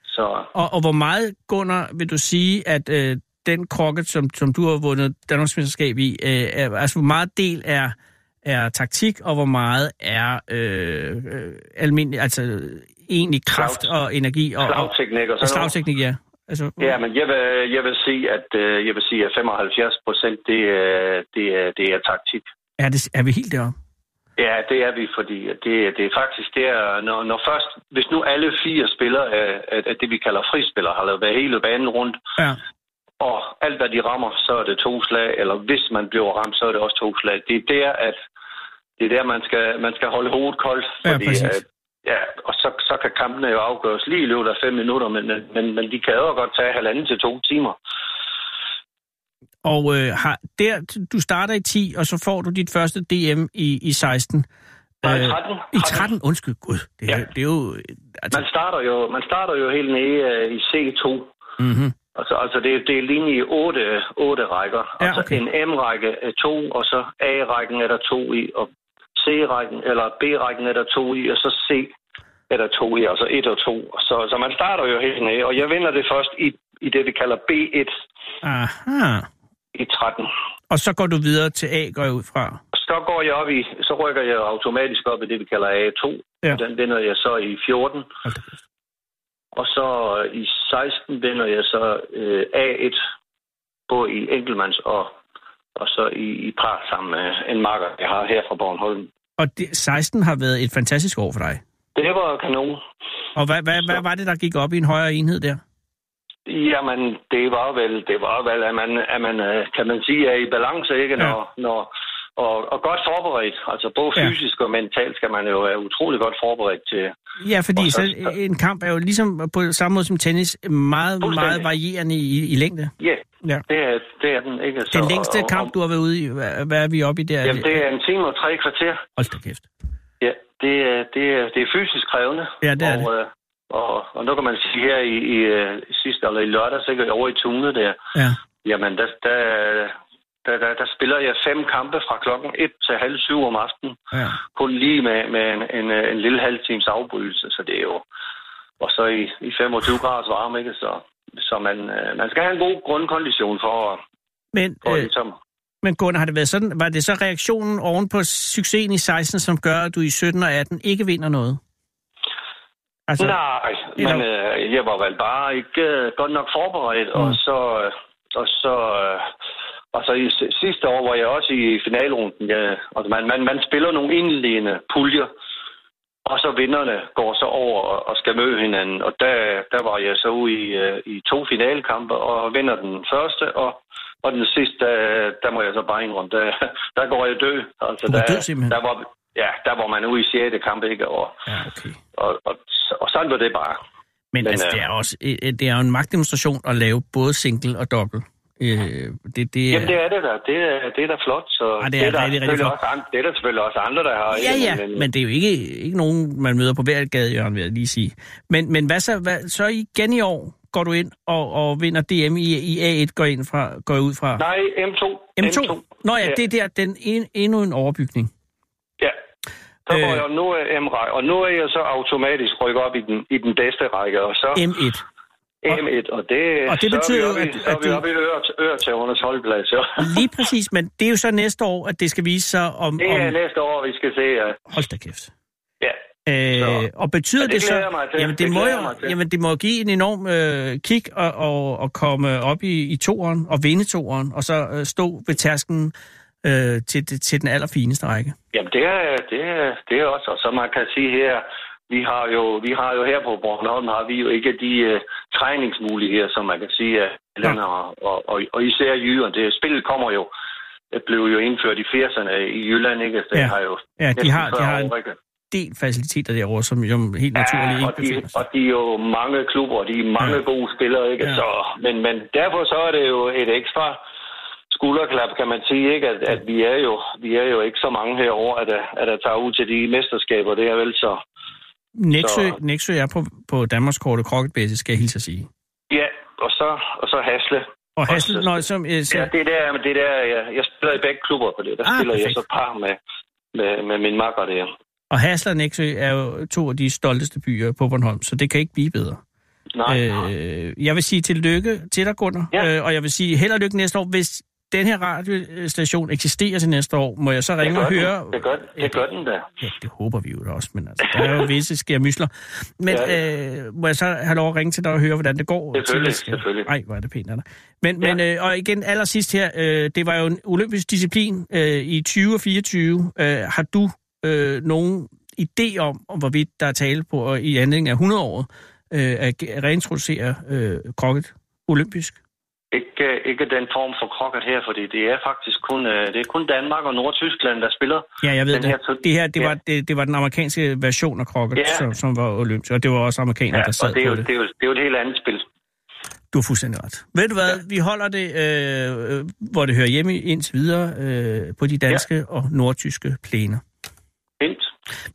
Speaker 9: Så
Speaker 4: Og, og hvor meget, Gunnar, vil du sige, at øh, den krokket, som, som du har vundet Danmarksmesterskab i, øh, er, altså hvor meget del er, er taktik, og hvor meget er øh, øh, almindelig, altså øh, egentlig kraft
Speaker 9: Slags-
Speaker 4: og energi? Og, og,
Speaker 9: Slagteknik og
Speaker 4: og
Speaker 9: sådan noget.
Speaker 4: slagteknik, ja. Altså,
Speaker 9: Ja, men jeg vil, jeg vil sige, at, øh, jeg vil sige, at 75 procent, det, er- det, er- det er taktik.
Speaker 4: er, det, er vi helt deroppe?
Speaker 9: Ja, det er vi, fordi at det, det er faktisk der, når, når først, hvis nu alle fire spillere af, af, af det, vi kalder frispillere, har været hele banen rundt,
Speaker 4: Ja.
Speaker 9: og alt, hvad de rammer, så er det to slag, eller hvis man bliver ramt, så er det også to slag. Det er der, at det er der, man skal, man skal holde hovedet koldt,
Speaker 4: Ja,
Speaker 9: fordi,
Speaker 4: præcis.
Speaker 9: at, ja, og så, så kan kampene jo afgøres lige i løbet af fem minutter, men, men, men de kan jo godt tage halvanden til to timer.
Speaker 4: Og øh, har, der, du starter i 10, og så får du dit første DM i, i 16.
Speaker 9: Nej,
Speaker 4: Øh,
Speaker 9: 13.
Speaker 4: I 13, undskyld, gud. Det, ja.
Speaker 9: Ja.
Speaker 4: det er jo... øh, Altså,
Speaker 9: Man starter jo, man starter jo helt nede øh, i C2,
Speaker 4: mm-hmm.
Speaker 9: Altså, altså det, er- det er linje i otte, otte rækker.
Speaker 4: Ja,
Speaker 9: altså
Speaker 4: okay.
Speaker 9: en M-række er to, og så A-rækken er der to i, og C-rækken, eller B-rækken er der to i, og så C er der to i, altså et og to. Så, så man starter jo helt nede, og jeg vinder det først i, i det, vi kalder B1
Speaker 4: Aha.
Speaker 9: i 13.
Speaker 4: Og så går du videre til A, går jeg ud fra.
Speaker 9: Så går jeg op i, så rykker jeg automatisk op i det, vi kalder A2.
Speaker 4: Ja.
Speaker 9: Ja. Den vinder jeg så i 14.
Speaker 4: Hold da kæft.
Speaker 9: Og så øh, i 16 vinder jeg så øh, A1, både i enkeltmands og, og så i, i par sammen med en marker, jeg har her fra Bornholm.
Speaker 4: Og det, 16 har været et fantastisk år for dig.
Speaker 9: Det var kanon.
Speaker 4: Og hvad, hvad, hvad var det, der gik op i en højere enhed der?
Speaker 9: Jamen, det var vel, det var vel, at man, at man øh, kan man sige, er i balance, ikke? Når, ja. når, og, og godt forberedt. Altså både
Speaker 4: Ja.
Speaker 9: fysisk og mentalt skal man jo være utrolig godt forberedt til.
Speaker 4: Ja, fordi
Speaker 9: Og så-
Speaker 4: så, en kamp er jo ligesom på samme måde som tennis meget, meget
Speaker 9: Fuldstændig.
Speaker 4: varierende i, i længde.
Speaker 9: Ja,
Speaker 4: Ja.
Speaker 9: yeah, det, er, det er den, ikke?
Speaker 4: Den længste kamp, du har været ude i, hvad, hvad er vi oppe i der?
Speaker 9: Jamen, det er en time og tre kvarter.
Speaker 4: Hold da kæft.
Speaker 9: Ja, det er, det er, det er fysisk krævende.
Speaker 4: Ja, det er
Speaker 9: og, det. Og, og nu kan man sige her i, i øh, sidste, eller i lørdag, sikkert over i Tune der,
Speaker 4: Ja.
Speaker 9: jamen der, der, der, der, der spiller jeg fem kampe fra klokken 1 til halv syv om aftenen,
Speaker 4: ja.
Speaker 9: kun lige med, med en, en, øh, en lille halv times afbrydelse, så det er jo... Og så i, i 25 graders varme, ikke? Så, så man, øh, man skal have en god grundkondition for, at-
Speaker 4: Men,
Speaker 9: for øh.
Speaker 4: øh,
Speaker 9: ligesom...
Speaker 4: men Gunnar, har det været sådan, var det så reaktionen oven på succesen i 16, som gør, at du i 17 og 18 ikke vinder noget? Altså,
Speaker 9: Nej, men øh, jeg var vel bare ikke øh, godt nok forberedt, mm. og så øh, og så øh, og så i si- sidste år var jeg også i finalrunden. Ja, altså man, man, man spiller nogle indledende puljer, og så vinderne går så over og, og skal møde hinanden. Og der, der var jeg så ude i, øh, i to finalkampe og vinder den første, og, og den sidste, der, der må jeg så bare indrømme, der, der går jeg død. Altså,
Speaker 4: Du går
Speaker 9: der,
Speaker 4: død simpelthen?
Speaker 9: Der var, ja, der var man ude i 6. kamp, ikke? Og,
Speaker 4: ja, okay.
Speaker 9: og, og, og sådan var det bare.
Speaker 4: Men, men
Speaker 9: Men,
Speaker 4: altså,
Speaker 9: øh,
Speaker 4: det er også øh, øh, det er jo en magtdemonstration at lave både single og double. Øh, det, det,
Speaker 9: Jamen, det er det der. Det er, det er da flot. Så
Speaker 4: Ah, det er
Speaker 9: der
Speaker 4: rigtig, rigtig
Speaker 9: selvfølgelig
Speaker 4: flot.
Speaker 9: Også, andre- det er der selvfølgelig også andre, der har.
Speaker 4: Ja,
Speaker 9: ikke?
Speaker 4: ja, men det er jo ikke, ikke nogen, man møder på hver gadehjørne, vil jeg lige sige. Men, men hvad så, hvad, så igen i år går du ind og, og vinder DM i, i A1, går, ind fra, går jeg ud fra?
Speaker 9: Nej, M2.
Speaker 4: M2? Nå ja,
Speaker 9: Ja.
Speaker 4: det er der den en, endnu en overbygning.
Speaker 9: Ja. Der går
Speaker 4: Øh.
Speaker 9: jeg nu er m og nu er jeg så automatisk rykket op i den, i den bedste række, og så
Speaker 4: M1.
Speaker 9: M1, og det,
Speaker 4: og det
Speaker 9: så
Speaker 4: betyder jo,
Speaker 9: er vi oppe
Speaker 4: at-
Speaker 9: i, så er
Speaker 4: at
Speaker 9: vi
Speaker 4: du-
Speaker 9: oppe i øret, øret til under 12 plads. Ja.
Speaker 4: Lige præcis, men det er jo så næste år, at det skal vise sig om...
Speaker 9: Det er
Speaker 4: om
Speaker 9: næste år, vi skal se. ja.
Speaker 4: hold da kæft.
Speaker 9: Ja.
Speaker 4: Øh,
Speaker 9: Så-
Speaker 4: og betyder
Speaker 9: Ja,
Speaker 4: det,
Speaker 9: det
Speaker 4: det så...
Speaker 9: glæder jeg mig til.
Speaker 4: Jamen, det,
Speaker 9: Det
Speaker 4: må
Speaker 9: glæder
Speaker 4: jo,
Speaker 9: jeg mig til.
Speaker 4: jamen, det må give en enorm øh, kick at, og, og komme op i, i toeren og vinde toeren, og så øh, stå ved tærsken øh, til, det- til den allerfineste række.
Speaker 9: Jamen, det er, det er, det er også, og som man kan sige her, vi har jo, vi har jo her på Bornholm, har vi jo ikke de uh, træningsmuligheder, som man kan sige, at lander og, og, og, og især i Jylland. Det, spillet kommer jo, det blev jo indført i 80'erne i Jylland, ikke? Så
Speaker 4: Ja.
Speaker 9: ja. har jo
Speaker 4: Ja, de
Speaker 9: næsten
Speaker 4: har, de
Speaker 9: 40
Speaker 4: har en
Speaker 9: år, ikke?
Speaker 4: del faciliteter derovre, som jo helt naturligt
Speaker 9: Ja,
Speaker 4: ikke
Speaker 9: og de,
Speaker 4: befinder sig.
Speaker 9: og de er jo mange klubber, og de er mange
Speaker 4: Ja.
Speaker 9: ja. gode spillere, ikke?
Speaker 4: Ja.
Speaker 9: Ja. Så, men, men derfor så er det jo et ekstra skulderklap, kan man sige, ikke? At, at vi, er jo, vi er jo ikke så mange herover, at, at der tager ud til de mesterskaber, det er vel så...
Speaker 4: Nexø,
Speaker 9: så-
Speaker 4: Nexø er på, på Danmarkskortet krokketbasis, skal jeg hilse at sige.
Speaker 9: Ja, og så, og så Hasle.
Speaker 4: Og
Speaker 9: så-
Speaker 4: Hassel, når, som, øh, så,
Speaker 9: Ja, det der, men det der, jeg, jeg spiller i begge klubber på det. Der
Speaker 4: Ah,
Speaker 9: ah, spiller
Speaker 4: perfekt.
Speaker 9: jeg så par med, med, med min makker der.
Speaker 4: og Hassel og Nexø er jo to af de stolteste byer på Bornholm, så det kan ikke blive bedre.
Speaker 9: Nej, øh,
Speaker 4: Øh, jeg vil sige tillykke til dig, Gunnar.
Speaker 9: Ja.
Speaker 4: Øh, og jeg vil sige held og lykke næste år. Hvis den her radiostation eksisterer til næste år, må jeg så ringe
Speaker 9: gør
Speaker 4: og
Speaker 9: den.
Speaker 4: høre...
Speaker 9: Det gør, det gør den da.
Speaker 4: Ja, det håber vi jo da også, men altså, der er jo visse skærmysler. Men øh, må jeg så have lov at ringe til dig og høre, hvordan det går?
Speaker 9: Selvfølgelig,
Speaker 4: til-
Speaker 9: selvfølgelig.
Speaker 4: Ej, hvor er det pænt af dig. Men,
Speaker 9: Ja.
Speaker 4: men øh, og igen, allersidst her, øh, det var jo en olympisk disciplin øh, i 2024. Øh, har du øh, nogen idé om, om hvorvidt der er tale på og i anledning af 100-året øh, at ge- at reintroducere øh, krokket olympisk?
Speaker 9: Ikke, øh, ikke den form for krokket her, fordi det er faktisk kun, øh, det er kun Danmark og Nordtyskland, der spiller.
Speaker 4: Ja, jeg ved
Speaker 9: Den
Speaker 4: det.
Speaker 9: her tur-
Speaker 4: Det her, det,
Speaker 9: Ja.
Speaker 4: var, det, det var den amerikanske version af krokket,
Speaker 9: Ja.
Speaker 4: som, som var olympisk, og det var også amerikanere, der sad
Speaker 9: og det er,
Speaker 4: på
Speaker 9: jo,
Speaker 4: det.
Speaker 9: det, er jo, det er jo et helt andet spil.
Speaker 4: Du har fuldstændig ret. Ved du hvad, ja. vi holder det, øh, øh, hvor det hører hjemme indtil videre, øh, på de danske ja. og nordtyske plæner.
Speaker 9: Fint.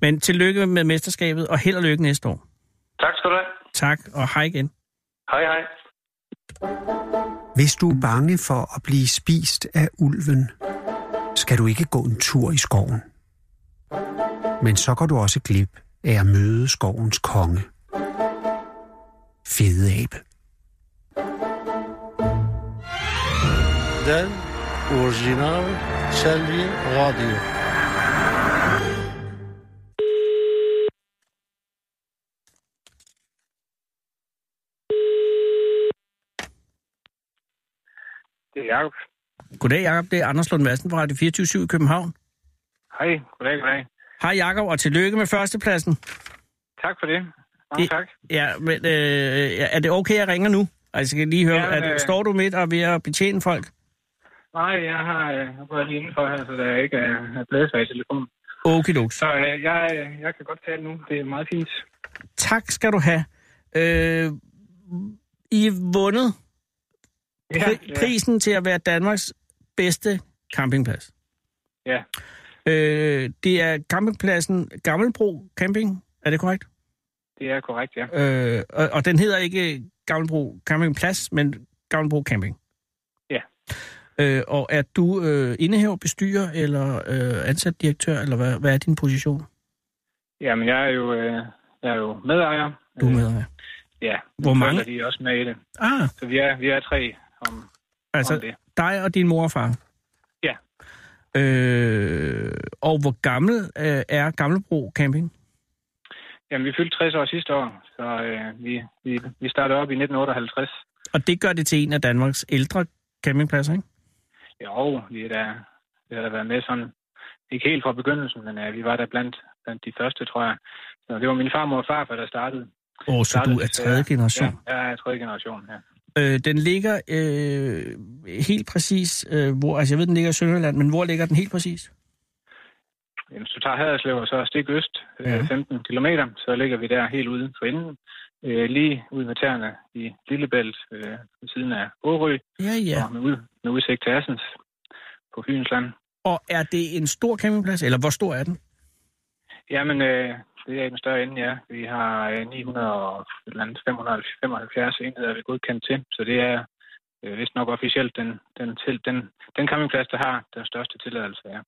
Speaker 4: Men tillykke med mesterskabet, og held og lykke næste år.
Speaker 9: Tak skal du have.
Speaker 4: Tak, og hej igen.
Speaker 9: Hej hej.
Speaker 1: Hvis du er bange for at blive spist af ulven, skal du ikke gå en tur i skoven. Men så går du også glip af at møde skovens konge. Fede abe.
Speaker 8: Den orijinal Selvi Radyo.
Speaker 3: Det er Jacob.
Speaker 4: Goddag, Jacob. Det er Anders Lund Madsen fra Radio 24 i København.
Speaker 3: Hej, goddag, goddag.
Speaker 4: Hej, Jacob, og tillykke med førstepladsen.
Speaker 3: Tak for det. Mange
Speaker 4: Det-
Speaker 3: tak.
Speaker 4: Ja, men øh, er det okay, jeg ringer nu? Altså, jeg skal lige høre,
Speaker 3: Ja,
Speaker 4: ja,
Speaker 3: øh.
Speaker 4: at, står du midt og er ved at betjene folk?
Speaker 3: Nej, jeg har øh, jeg går lige indenfor her, så der ikke øh, er blæser i telefonen.
Speaker 4: Okidoks.
Speaker 3: Så øh, jeg, øh, jeg kan godt tale nu. Det er meget fint.
Speaker 4: Tak skal du have. Øh, I er vundet
Speaker 3: Ja,
Speaker 4: pri-
Speaker 3: ja.
Speaker 4: prisen til at være Danmarks bedste campingplads.
Speaker 3: Ja.
Speaker 4: Øh, det er campingpladsen Gammelbro Camping, er det korrekt?
Speaker 3: Det er korrekt, ja.
Speaker 4: Øh, og, og den hedder ikke Gammelbro Campingplads, men Gammelbro Camping.
Speaker 3: Ja.
Speaker 4: Øh, og er du øh, indehaver, bestyrer eller øh, ansat direktør, eller hvad, hvad er din position?
Speaker 3: Jamen, jeg er jo, øh, jeg er jo medejer.
Speaker 4: Du er
Speaker 3: Øh,
Speaker 4: med her.
Speaker 3: Ja.
Speaker 4: Hvor mange?
Speaker 3: forældre, De er også med i det.
Speaker 4: Ah,
Speaker 3: Så vi er, vi er tre om, altså... om
Speaker 4: altså
Speaker 3: det.
Speaker 4: dig og din mor og far?
Speaker 3: Ja.
Speaker 4: Øh, og hvor gammel øh, er Gammelbro Camping?
Speaker 3: Jamen, vi fyldte 60 år sidste år, så øh, vi, vi, vi startede op i 1958.
Speaker 4: Og det gør det til en af Danmarks ældre campingpladser, ikke?
Speaker 3: Jo, vi er da, vi har da været med sådan, ikke helt fra begyndelsen, men øh, vi var da blandt, blandt de første, tror jeg. Så det var min farmor og farfar, der startede.
Speaker 4: Åh, så du er tredje generation.
Speaker 3: Ja, jeg er tredje generation, ja.
Speaker 4: Øh, den ligger øh, helt præcis, øh, hvor, altså jeg ved, den ligger i Sønderjylland, men hvor ligger den helt præcis?
Speaker 3: Jamen, hvis du tager Haderslev og så stik øst,
Speaker 4: Ja.
Speaker 3: ja. 15 km, så ligger vi der helt ude for enden. Øh, lige ude med tæerne i Lillebælt, øh, ved siden af Årø,
Speaker 4: Ja, ja.
Speaker 3: ja. og med, ud, med udsigt til Assens på Fynsland.
Speaker 4: Og er det en stor campingplads, eller hvor stor er den?
Speaker 3: Jamen, øh, det er i den større ende, ja. Vi har øh, 975 enheder, vi er godkendt til, så det er øh, vist nok officielt den, den, til, den, den campingplads, der har den største tilladelse, ja.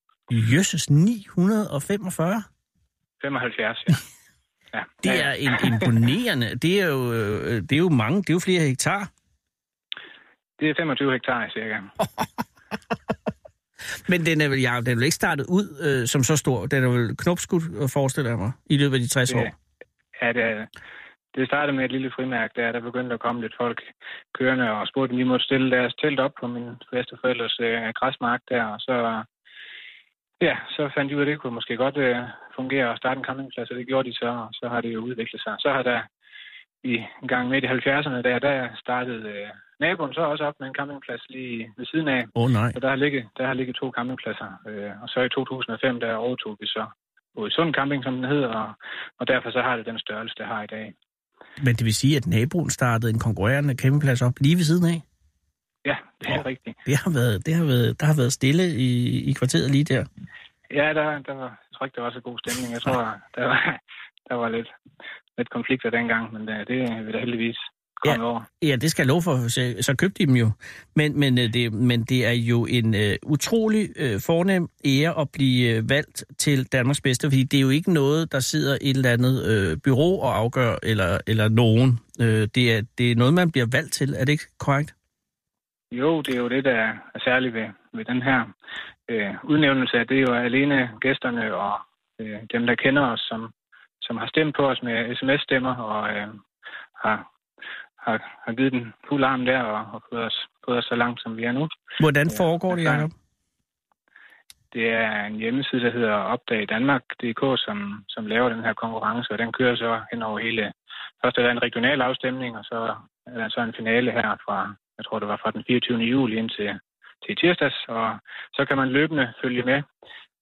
Speaker 4: Jøsses, 945?
Speaker 3: 75, ja. ja. ja,
Speaker 4: Det
Speaker 3: ja.
Speaker 4: er en imponerende, det er, jo, øh, det er jo mange, det er jo flere hektar.
Speaker 3: det er 25 hektar cirka.
Speaker 4: Men den er vel, ja, den er vel ikke startet ud øh, som så stor, den er vel knopskudt, øh, forestiller jeg mig, i løbet af de 60 år.
Speaker 3: Det, ja, det, er det. øh, det startede med et lille frimærk, der der begyndte at komme lidt folk kørende og spurgte, om de måtte stille deres telt op på min bedsteforældres øh, græsmark der, og så, ja, så fandt de ud af, at det kunne måske godt øh, fungere at starte en campingplads, og det gjorde de så, og så har det jo udviklet sig. Så har der i en gang midt i 70'erne, der, der startede øh, naboen så også op med en campingplads lige ved siden af,
Speaker 4: Åh oh, nej.
Speaker 3: så der har ligget, der har ligget to campingpladser, øh, og så i 2005, der overtog vi så Sund Camping, som den hedder, og, og derfor så har det den størrelse, det har i dag.
Speaker 4: Men det vil sige, at naboen startede en konkurrerende campingplads op lige ved siden af?
Speaker 3: Ja, det er
Speaker 4: Wow.
Speaker 3: rigtigt.
Speaker 4: Det har været, det har været, der har været stille i, i kvarteret lige der.
Speaker 3: Ja, der, der var, jeg tror ikke, der var så god stemning. Jeg tror, der var, der var lidt, lidt konflikter dengang, men øh, det, det er vi da heldigvis kommet ja. over.
Speaker 4: Ja, det skal jeg love for, så, så købte de dem jo. Men, men, øh, det, men det er jo en øh, utrolig øh, fornem ære at blive øh, valgt til Danmarks bedste, fordi det er jo ikke noget, der sidder et eller andet øh, bureau og afgør, eller, eller nogen. Øh, det, er, det er noget, man bliver valgt til, er det ikke korrekt?
Speaker 3: Jo, det er jo det, der er særligt ved, ved den her øh, udnævnelse, at det er jo alene gæsterne og øh, dem, der kender os, som, som har stemt på os med sms-stemmer og øh, har, har, har givet den fuld arm der og, og fået, os, fået os så langt, som vi er nu.
Speaker 4: Hvordan foregår det, Jacob?
Speaker 3: Det er en hjemmeside, der hedder Opdag Danmark.dk, som, som laver den her konkurrence, og den kører så hen over hele... Først er der en regional afstemning, og så er der så en finale her fra, jeg tror det var fra den 24. juli indtil til tirsdags, og så kan man løbende følge med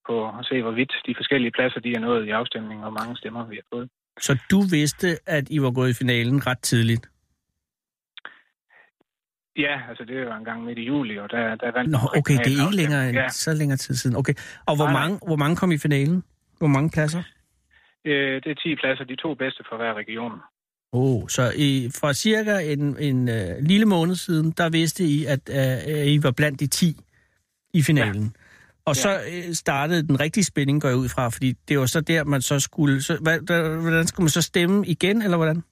Speaker 3: på og se, hvorvidt de forskellige pladser de er nået i afstemningen, og hvor mange stemmer vi har fået.
Speaker 4: Så du vidste, at I var gået i finalen ret tidligt?
Speaker 3: Ja, altså det var en gang midt i juli, og der, der vandt...
Speaker 4: Nå, okay, det er
Speaker 3: regional
Speaker 4: ikke længere end
Speaker 3: afstemning.
Speaker 4: ja. så længere tid siden. Okay, og hvor
Speaker 3: Nej, nej.
Speaker 4: mange, hvor mange kom i finalen? Hvor mange pladser?
Speaker 3: Ja, øh, det er 10 pladser, de to bedste fra hver region.
Speaker 4: Oh, så I, for cirka en, en uh, lille måned siden, der vidste I, at uh, I var blandt de 10 i finalen. Ja. Og ja. så øh, startede den rigtige spænding, går jeg ud fra, fordi det var så der, man så skulle... Så, hvad, der, hvordan skulle man så stemme igen, eller hvordan?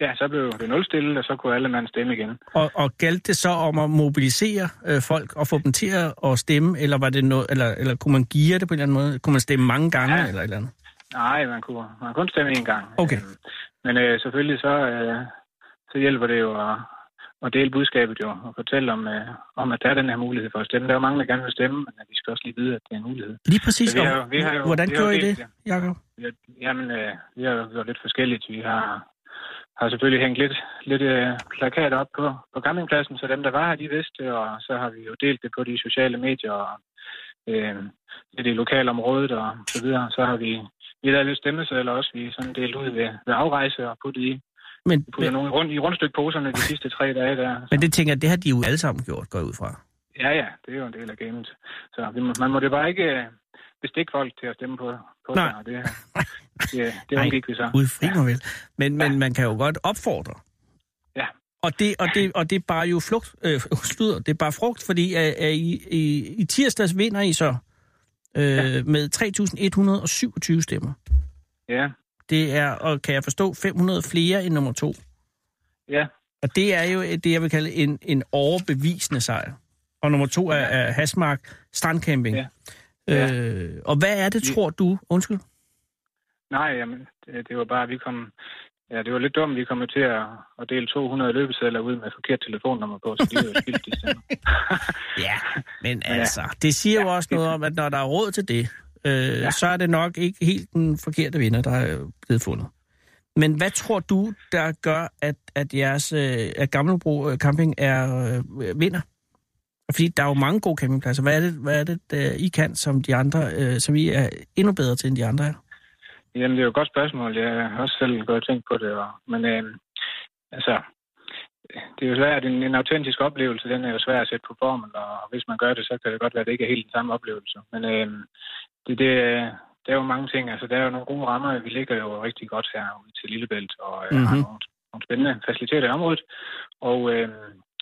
Speaker 3: Ja, så blev det nulstillet, og så kunne alle mand stemme igen.
Speaker 4: Og, og galt det så om at mobilisere øh, folk og få dem til at at stemme, eller, var det noget, eller, eller kunne man geare det på en eller anden måde? Kunne man stemme mange gange, ja.
Speaker 3: Ja.
Speaker 4: eller et eller andet?
Speaker 3: Nej, man kunne, man kunne kun stemme én gang.
Speaker 4: Okay.
Speaker 3: Øhm, Men øh, selvfølgelig så, øh, så hjælper det jo at, at dele budskabet jo, og fortælle om, øh, om, at der er den her mulighed for at stemme. Der er jo mange, der gerne vil stemme, men de skal også lige vide, at det er en mulighed.
Speaker 4: Lige præcis.
Speaker 3: Så vi har
Speaker 4: og
Speaker 3: jo- vi har jo-
Speaker 4: hvordan
Speaker 3: vi har jo
Speaker 4: gjorde I
Speaker 3: delt
Speaker 4: det, Jacob?
Speaker 3: Ja, Jamen, øh, vi har jo gjort lidt forskelligt. Vi har, har selvfølgelig hængt lidt, lidt øh, plakater op på, på campingpladsen, så dem, der var her, de vidste det, og så har vi jo delt det på de sociale medier og øh, lidt i lokalområdet og så videre. Så har vi, vi har lavet lidt stemmesedler også, vi sådan delt ud ved, ved afrejse og puttet i,
Speaker 4: Men,
Speaker 3: puttet
Speaker 4: men,
Speaker 3: nogle rundt, i rundstykposerne de sidste tre dage der.
Speaker 4: men det tænker jeg, det har de jo alle sammen gjort, går jeg ud fra.
Speaker 3: Ja, ja, det er jo en del af gamet. Så vi må, man må det bare ikke øh, bestikke folk til at stemme på, på
Speaker 4: Nej.
Speaker 3: sig, og det, det, det
Speaker 4: Nej.
Speaker 3: undgik vi så.
Speaker 4: Gud, fri mig vel. Men, men man kan jo godt opfordre.
Speaker 3: Ja.
Speaker 4: Og det, og det, og det er bare jo flugt, øh, slutter, det er bare frugt, fordi øh, øh, i, i, i tirsdags vinder I så øh, ja. med 3.127 stemmer.
Speaker 3: Ja,
Speaker 4: Det er, og kan jeg forstå, 500 flere end nummer to.
Speaker 3: ja.
Speaker 4: Og det er jo det, jeg vil kalde en, en overbevisende sejr. Og nummer to er, er Hasmark Strandcamping.
Speaker 3: Ja.
Speaker 4: Ja.
Speaker 3: Ja.
Speaker 4: Øh, og hvad er det,
Speaker 3: Vi-
Speaker 4: tror du? Undskyld.
Speaker 3: Nej, jamen, det, det var bare, vi kom... Ja, det var lidt dumt, vi kom jo til at, at dele 200 løbesedler ud med forkert telefonnummer på, så de var jo spildt, de stemmer.
Speaker 4: Ja, men altså, det siger jo også noget om, at når der er råd til det, øh, ja. så er det nok ikke helt den forkerte vinder, der er blevet fundet. Men hvad tror du, der gør, at, at jeres øh, at Gammelbro øh, Camping er øh, vinder? Fordi der er jo mange gode campingpladser. Hvad er det, hvad er det øh, I kan, som de andre, øh, som I er endnu bedre til, end de andre er?
Speaker 3: Jamen, det er jo et godt spørgsmål. Jeg har også selv gået og tænkt på det. Og, men øh, altså, det er jo svært. En, en autentisk oplevelse, den er jo svær at sætte på formel, og hvis man gør det, så kan det godt være, at det ikke er helt den samme oplevelse. Men øh, det, det, der er jo mange ting. Altså, der er jo nogle gode rammer. Vi ligger jo rigtig godt her ude til Lillebælt, og øh, mm-hmm. har
Speaker 4: Mhm.
Speaker 3: nogle, nogle spændende faciliteter i området. Og, øh,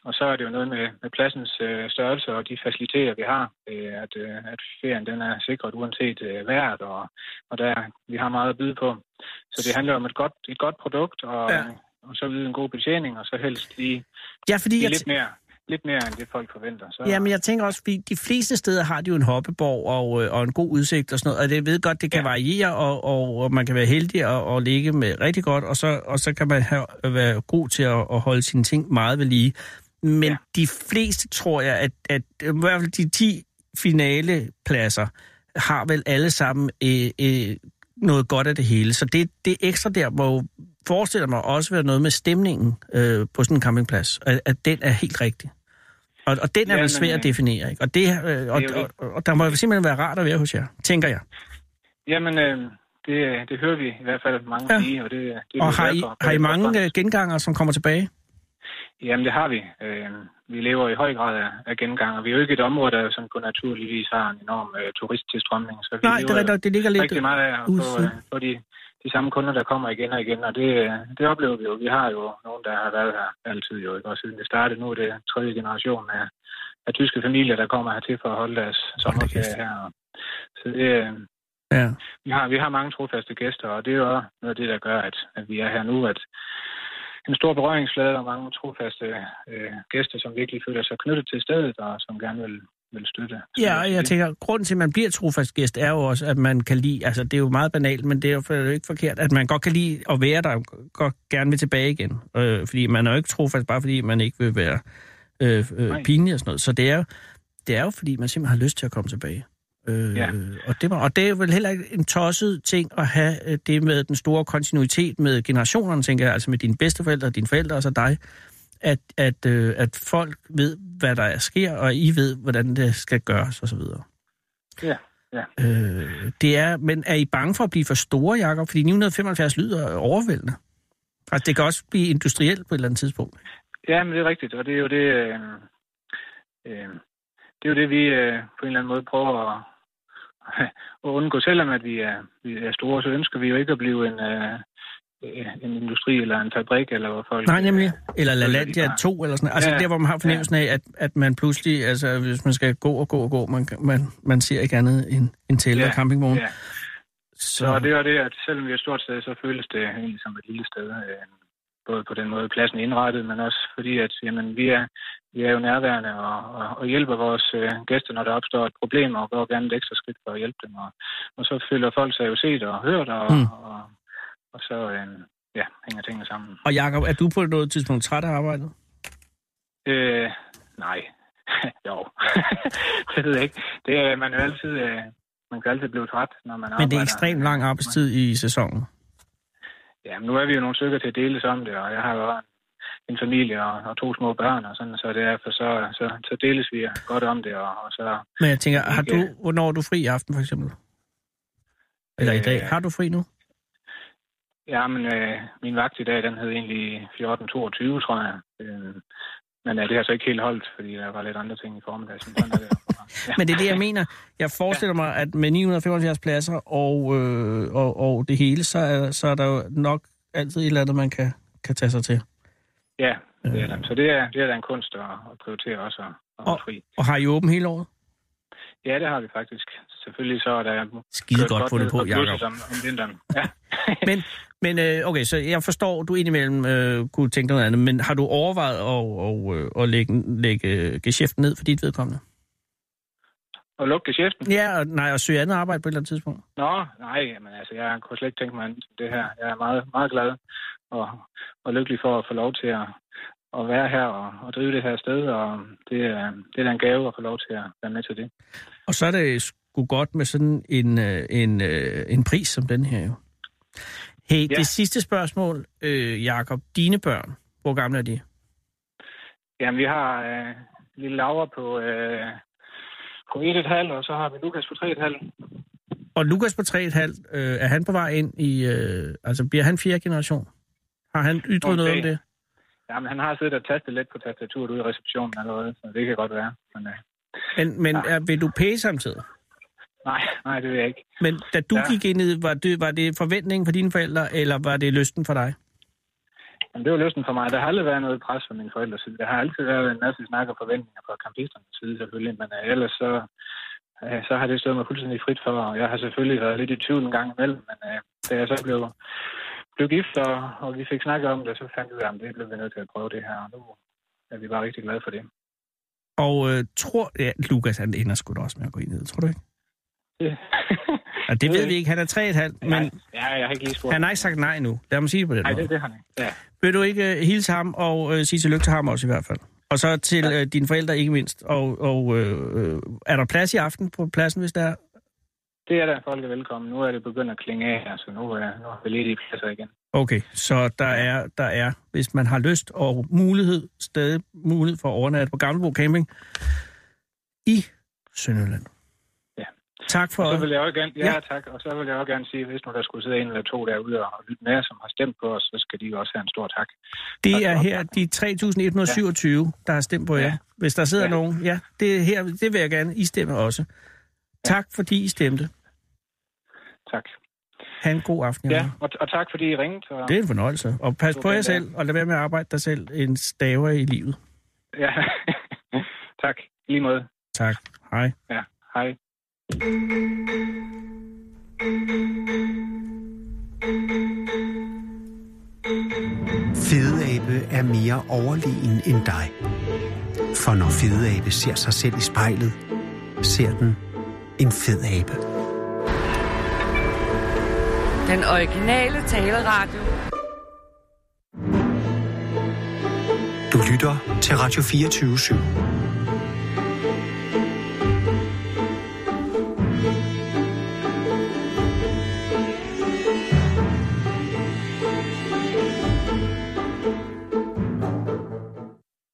Speaker 3: og så er det jo noget med, med pladsens øh, størrelse og de faciliteter, vi har, øh, at, øh, at ferien den er sikret uanset øh, vejret, og, og der, vi har meget at byde på. Så det handler om et godt, et godt produkt, og,
Speaker 4: Ja.
Speaker 3: ja. og så videre en god betjening, og så helst lige,
Speaker 4: Ja, fordi
Speaker 3: lige
Speaker 4: jeg,
Speaker 3: lidt, mere, lidt mere end det, folk forventer. Så,
Speaker 4: Ja, men jeg tænker også, fordi de fleste steder har de jo en hoppeborg og, øh, og en god udsigt og sådan noget, og det ved godt, det kan ja.
Speaker 3: Ja.
Speaker 4: variere, og, og, og man kan være heldig og, og ligge med rigtig godt, og så, og så kan man have, være god til at, at holde sine ting meget ved lige. Men ja.
Speaker 3: Ja.
Speaker 4: de fleste, tror jeg, at, at i hvert fald de 10 finalepladser har vel alle sammen øh, øh, noget godt af det hele. Så det, det ekstra der må jo, forestiller mig, også være noget med stemningen øh, på sådan en campingplads, at, at den er helt rigtig. Og, og den
Speaker 3: Ja,
Speaker 4: er vel
Speaker 3: men,
Speaker 4: svær at
Speaker 3: øh,
Speaker 4: definere, ikke? Og, det, øh, og,
Speaker 3: det.
Speaker 4: og, og, og der må jo simpelthen være rart at være hos jer, tænker jeg.
Speaker 3: Jamen, øh, det, det hører vi i hvert fald mange
Speaker 4: Ja.
Speaker 3: ja. sige, og det, det er vi
Speaker 4: Og har
Speaker 3: glade
Speaker 4: I,
Speaker 3: for.
Speaker 4: har I mange
Speaker 3: Godt.
Speaker 4: øh, genganger, som kommer tilbage?
Speaker 3: Jamen, det har vi. Øh, vi lever i høj grad af, af gengang, og vi er jo ikke et område, der sådan på naturligvis har en enorm øh, turisttilstrømning. Så vi
Speaker 4: Nej, det,
Speaker 3: lever jo
Speaker 4: er rigtigt nok, det ligger lidt...
Speaker 3: rigtig meget af at få,
Speaker 4: udsigt.
Speaker 3: øh, få de, de samme kunder, der kommer igen og igen, og det, øh, det oplever vi jo. Vi har jo nogen, der har været her altid jo, ikke? og siden det startede, nu er det tredje generation af, af tyske familier, der kommer hertil for at holde deres sommerferie her. Og Så det, øh,
Speaker 4: Ja.
Speaker 3: vi, har, vi har mange trofaste gæster, og det er jo også noget af det, der gør, at, at vi er her nu, at en stor berøringsflade og mange trofaste øh, gæster, som virkelig føler sig knyttet til stedet, og som gerne vil, vil støtte.
Speaker 4: Ja, og jeg tænker, grunden til, at man bliver trofast gæst, er jo også, at man kan lide, altså det er jo meget banalt, men det er jo for- det er jo ikke forkert, at man godt kan lide at være der, og godt gerne vil tilbage igen. Øh, fordi man er jo ikke trofast, bare fordi man ikke vil være øh, øh,
Speaker 3: Nej.
Speaker 4: pinlig og sådan noget. Så det er, jo, det er jo, fordi man simpelthen har lyst til at komme tilbage. Øh,
Speaker 3: Ja.
Speaker 4: og, det, må- og det er vel heller ikke en tosset ting at have øh, det med den store kontinuitet med generationerne, tænker jeg, altså med dine bedsteforældre, dine forældre og så dig, at, at, øh, at folk ved, hvad der sker, og I ved, hvordan det skal gøres og så videre.
Speaker 3: Ja, ja.
Speaker 4: Øh, det er, men er I bange for at blive for store, Jacob? Fordi 975 lyder overvældende. Altså, det kan også blive industrielt på et eller andet tidspunkt.
Speaker 3: Ja, men det er rigtigt, og det er jo det, øh, øh, det, er jo det vi øh, på en eller anden måde prøver at, at undgå. Selvom at vi er, vi er store, så ønsker vi jo ikke at blive en, øh, øh, en industri eller en fabrik, eller hvor folk... øh,
Speaker 4: Nej, nemlig. Eller
Speaker 3: Så er det
Speaker 4: LaLandia
Speaker 3: bare-
Speaker 4: 2 eller sådan noget. Altså,
Speaker 3: Ja,
Speaker 4: der, hvor man har fornemmelsen af, at, at man pludselig, altså, hvis man skal gå og gå og gå, man, man, man ser ikke andet end, end tælle
Speaker 3: Ja,
Speaker 4: og campingvogn.
Speaker 3: ja. Så
Speaker 4: Så,
Speaker 3: det er jo det, at selvom vi er et stort sted, så føles det egentlig som et lille sted. Øh, både på den måde pladsen er indrettet, men også fordi, at jamen, vi, er, vi er jo nærværende og, og, og hjælper vores øh, gæster, når der opstår et problem, og går gerne et ekstra skridt for at hjælpe dem. Og, og så føler folk sig jo set og hørt, og,
Speaker 4: Mm.
Speaker 3: mm. og, og så øh, ja, hænger tingene sammen.
Speaker 4: og Jacob, er du på noget tidspunkt træt af arbejdet?
Speaker 3: Øh, nej. jo. det ved jeg ikke. Det, er- man, er jo altid, øh, man kan altid blive træt, når man arbejder.
Speaker 4: Men det er ekstremt lang arbejdstid i sæsonen.
Speaker 3: Ja, men nu er vi jo nogle stykker til at deles om det, og jeg har jo en, en familie og, og to små børn, og sådan, så derfor så, så, så deles vi godt om det, og, og så...
Speaker 4: Men jeg tænker, har
Speaker 3: Ikke-
Speaker 4: du, hvornår er du fri i aften, for eksempel? Eller i
Speaker 3: Øh,
Speaker 4: dag? Har du fri nu?
Speaker 3: Ja, men øh, min vagt i dag, den hed egentlig 14.22, tror jeg. Øh, men ja, det har så ikke helt holdt, fordi der var lidt andre ting i formiddag. Sådan, sådan er det. Ja.
Speaker 4: Men det er det, jeg mener. Jeg forestiller mig, at med 975 pladser og, øh, og, og det hele, så er, så er der jo nok altid et eller andet, man kan, kan tage sig til.
Speaker 3: Ja, det er der. Så det er, det er da en kunst at, at prioritere også at, at være fri.
Speaker 4: Og har I åben hele året?
Speaker 3: Ja, det har vi faktisk. Selvfølgelig så er der
Speaker 4: Skide godt fundet på, Jacob.
Speaker 3: Jacob. Om, om vinteren. Ja.
Speaker 4: Men, men øh, okay, så jeg forstår, du indimellem øh, kunne tænke dig noget andet, men har du overvejet at, og, øh, at lægge, lægge øh, geschæften ned for dit vedkommende?
Speaker 3: Og lukke geschæften.
Speaker 4: Ja, og, nej, og søge andet arbejde på et eller andet tidspunkt.
Speaker 3: Nå, nej, men altså, jeg kunne slet ikke tænke mig andet end det her. Jeg er meget, meget glad og, og lykkelig for at få lov til at, at være her og, og drive det her sted, og det er, det er da en gave at få lov til at være med til det.
Speaker 4: Og så er det sgu godt med sådan en, øh, en, øh, en pris som den her jo. Hey, ja.
Speaker 3: Ja.
Speaker 4: det sidste spørgsmål, øh, Jakob. Dine børn, hvor gamle er de?
Speaker 3: Jamen, vi har øh, lille Laura på, øh, på 1,5, og så har vi Lukas på 3,5.
Speaker 4: Og Lukas på 3,5, øh, er han på vej ind i... Øh, altså, bliver han fjerde generation? Har han ytret okay.
Speaker 3: Okay.
Speaker 4: noget om det?
Speaker 3: Jamen, han har siddet og tastet lidt på tastaturet ude i receptionen allerede, så det kan godt være. Men, øh,
Speaker 4: Men, men
Speaker 3: Ja.
Speaker 4: er, vil du pæse samtidig?
Speaker 3: nej, nej, det vil jeg ikke.
Speaker 4: Men da du ja.
Speaker 3: Ja.
Speaker 4: gik ind i det, var det, var det forventningen for dine forældre, eller var det lysten for dig?
Speaker 3: Jamen, det var løsningen for mig. Der har aldrig været noget pres fra mine forældres side. Der har altid været en masse snak og forventninger fra kampisternes side selvfølgelig, men øh, ellers så, øh, så har det stået mig fuldstændig frit for, og jeg har selvfølgelig været lidt i tvivl en gang imellem, men øh, da jeg så blev, blev gift, og, og vi fik snakket om det, så fandt vi ud af, at det blev vi nødt til at prøve det her, og nu er vi bare rigtig glade for det.
Speaker 4: Og øh, tror... Ja, Lukas, han ender sgu da også med at gå ind i det, tror du ikke?
Speaker 3: Det-
Speaker 4: Ja, det ved vi ikke. Han er 3,5, men
Speaker 3: Nej, Øh. ja, jeg har ikke lige spurgt.
Speaker 4: han har ikke sagt nej nu. Lad mig sige det på den
Speaker 3: Nej,
Speaker 4: måde.
Speaker 3: det, det har han ikke. Ja.
Speaker 4: Vil du ikke øh, hilse ham og øh, sige tillykke til ham også i hvert fald? Og så til øh, dine forældre ikke mindst. Og, og øh, øh, er der plads i aften på pladsen, hvis der er?
Speaker 3: Det er der, folk er velkommen. Nu er det begyndt at klinge af her, så nu, øh, nu er vi lidt i pladser igen.
Speaker 4: Okay, så der er, der er, hvis man har lyst og mulighed, stadig mulighed for at overnatte på Gammelbo Camping i Sønderjylland.
Speaker 3: Ja.
Speaker 4: Tak for
Speaker 3: Og så
Speaker 4: det.
Speaker 3: vil jeg også gerne, ja,
Speaker 4: Ja.
Speaker 3: ja. tak. Og så vil jeg også gerne sige, hvis nu der skulle sidde en eller to derude og lytte med, som har stemt på os, så skal de jo også have en stor tak.
Speaker 4: Det er her de 3.127, der har stemt på jer.
Speaker 3: Ja.
Speaker 4: Hvis der sidder
Speaker 3: Ja.
Speaker 4: nogen, ja, det, er her, det vil jeg gerne. I stemmer også. Tak fordi I stemte.
Speaker 3: Tak.
Speaker 4: Ha' en god aften.
Speaker 3: Ja,
Speaker 4: Jacob.
Speaker 3: og, og tak fordi I ringte. Og,
Speaker 4: Det er en fornøjelse. Og pas
Speaker 3: Det
Speaker 4: på
Speaker 3: var
Speaker 4: jer
Speaker 3: den
Speaker 4: selv, og lad være med at arbejde dig selv en staver i livet.
Speaker 3: Ja. tak. I lige måde.
Speaker 4: Tak. Hej.
Speaker 3: Ja, hej.
Speaker 1: Fedeabe er mere overlegen end dig. For når Fedeabe ser sig selv i spejlet, ser den en fed abe.
Speaker 10: Den originale taleradio.
Speaker 1: Du lytter til Radio 24 /7.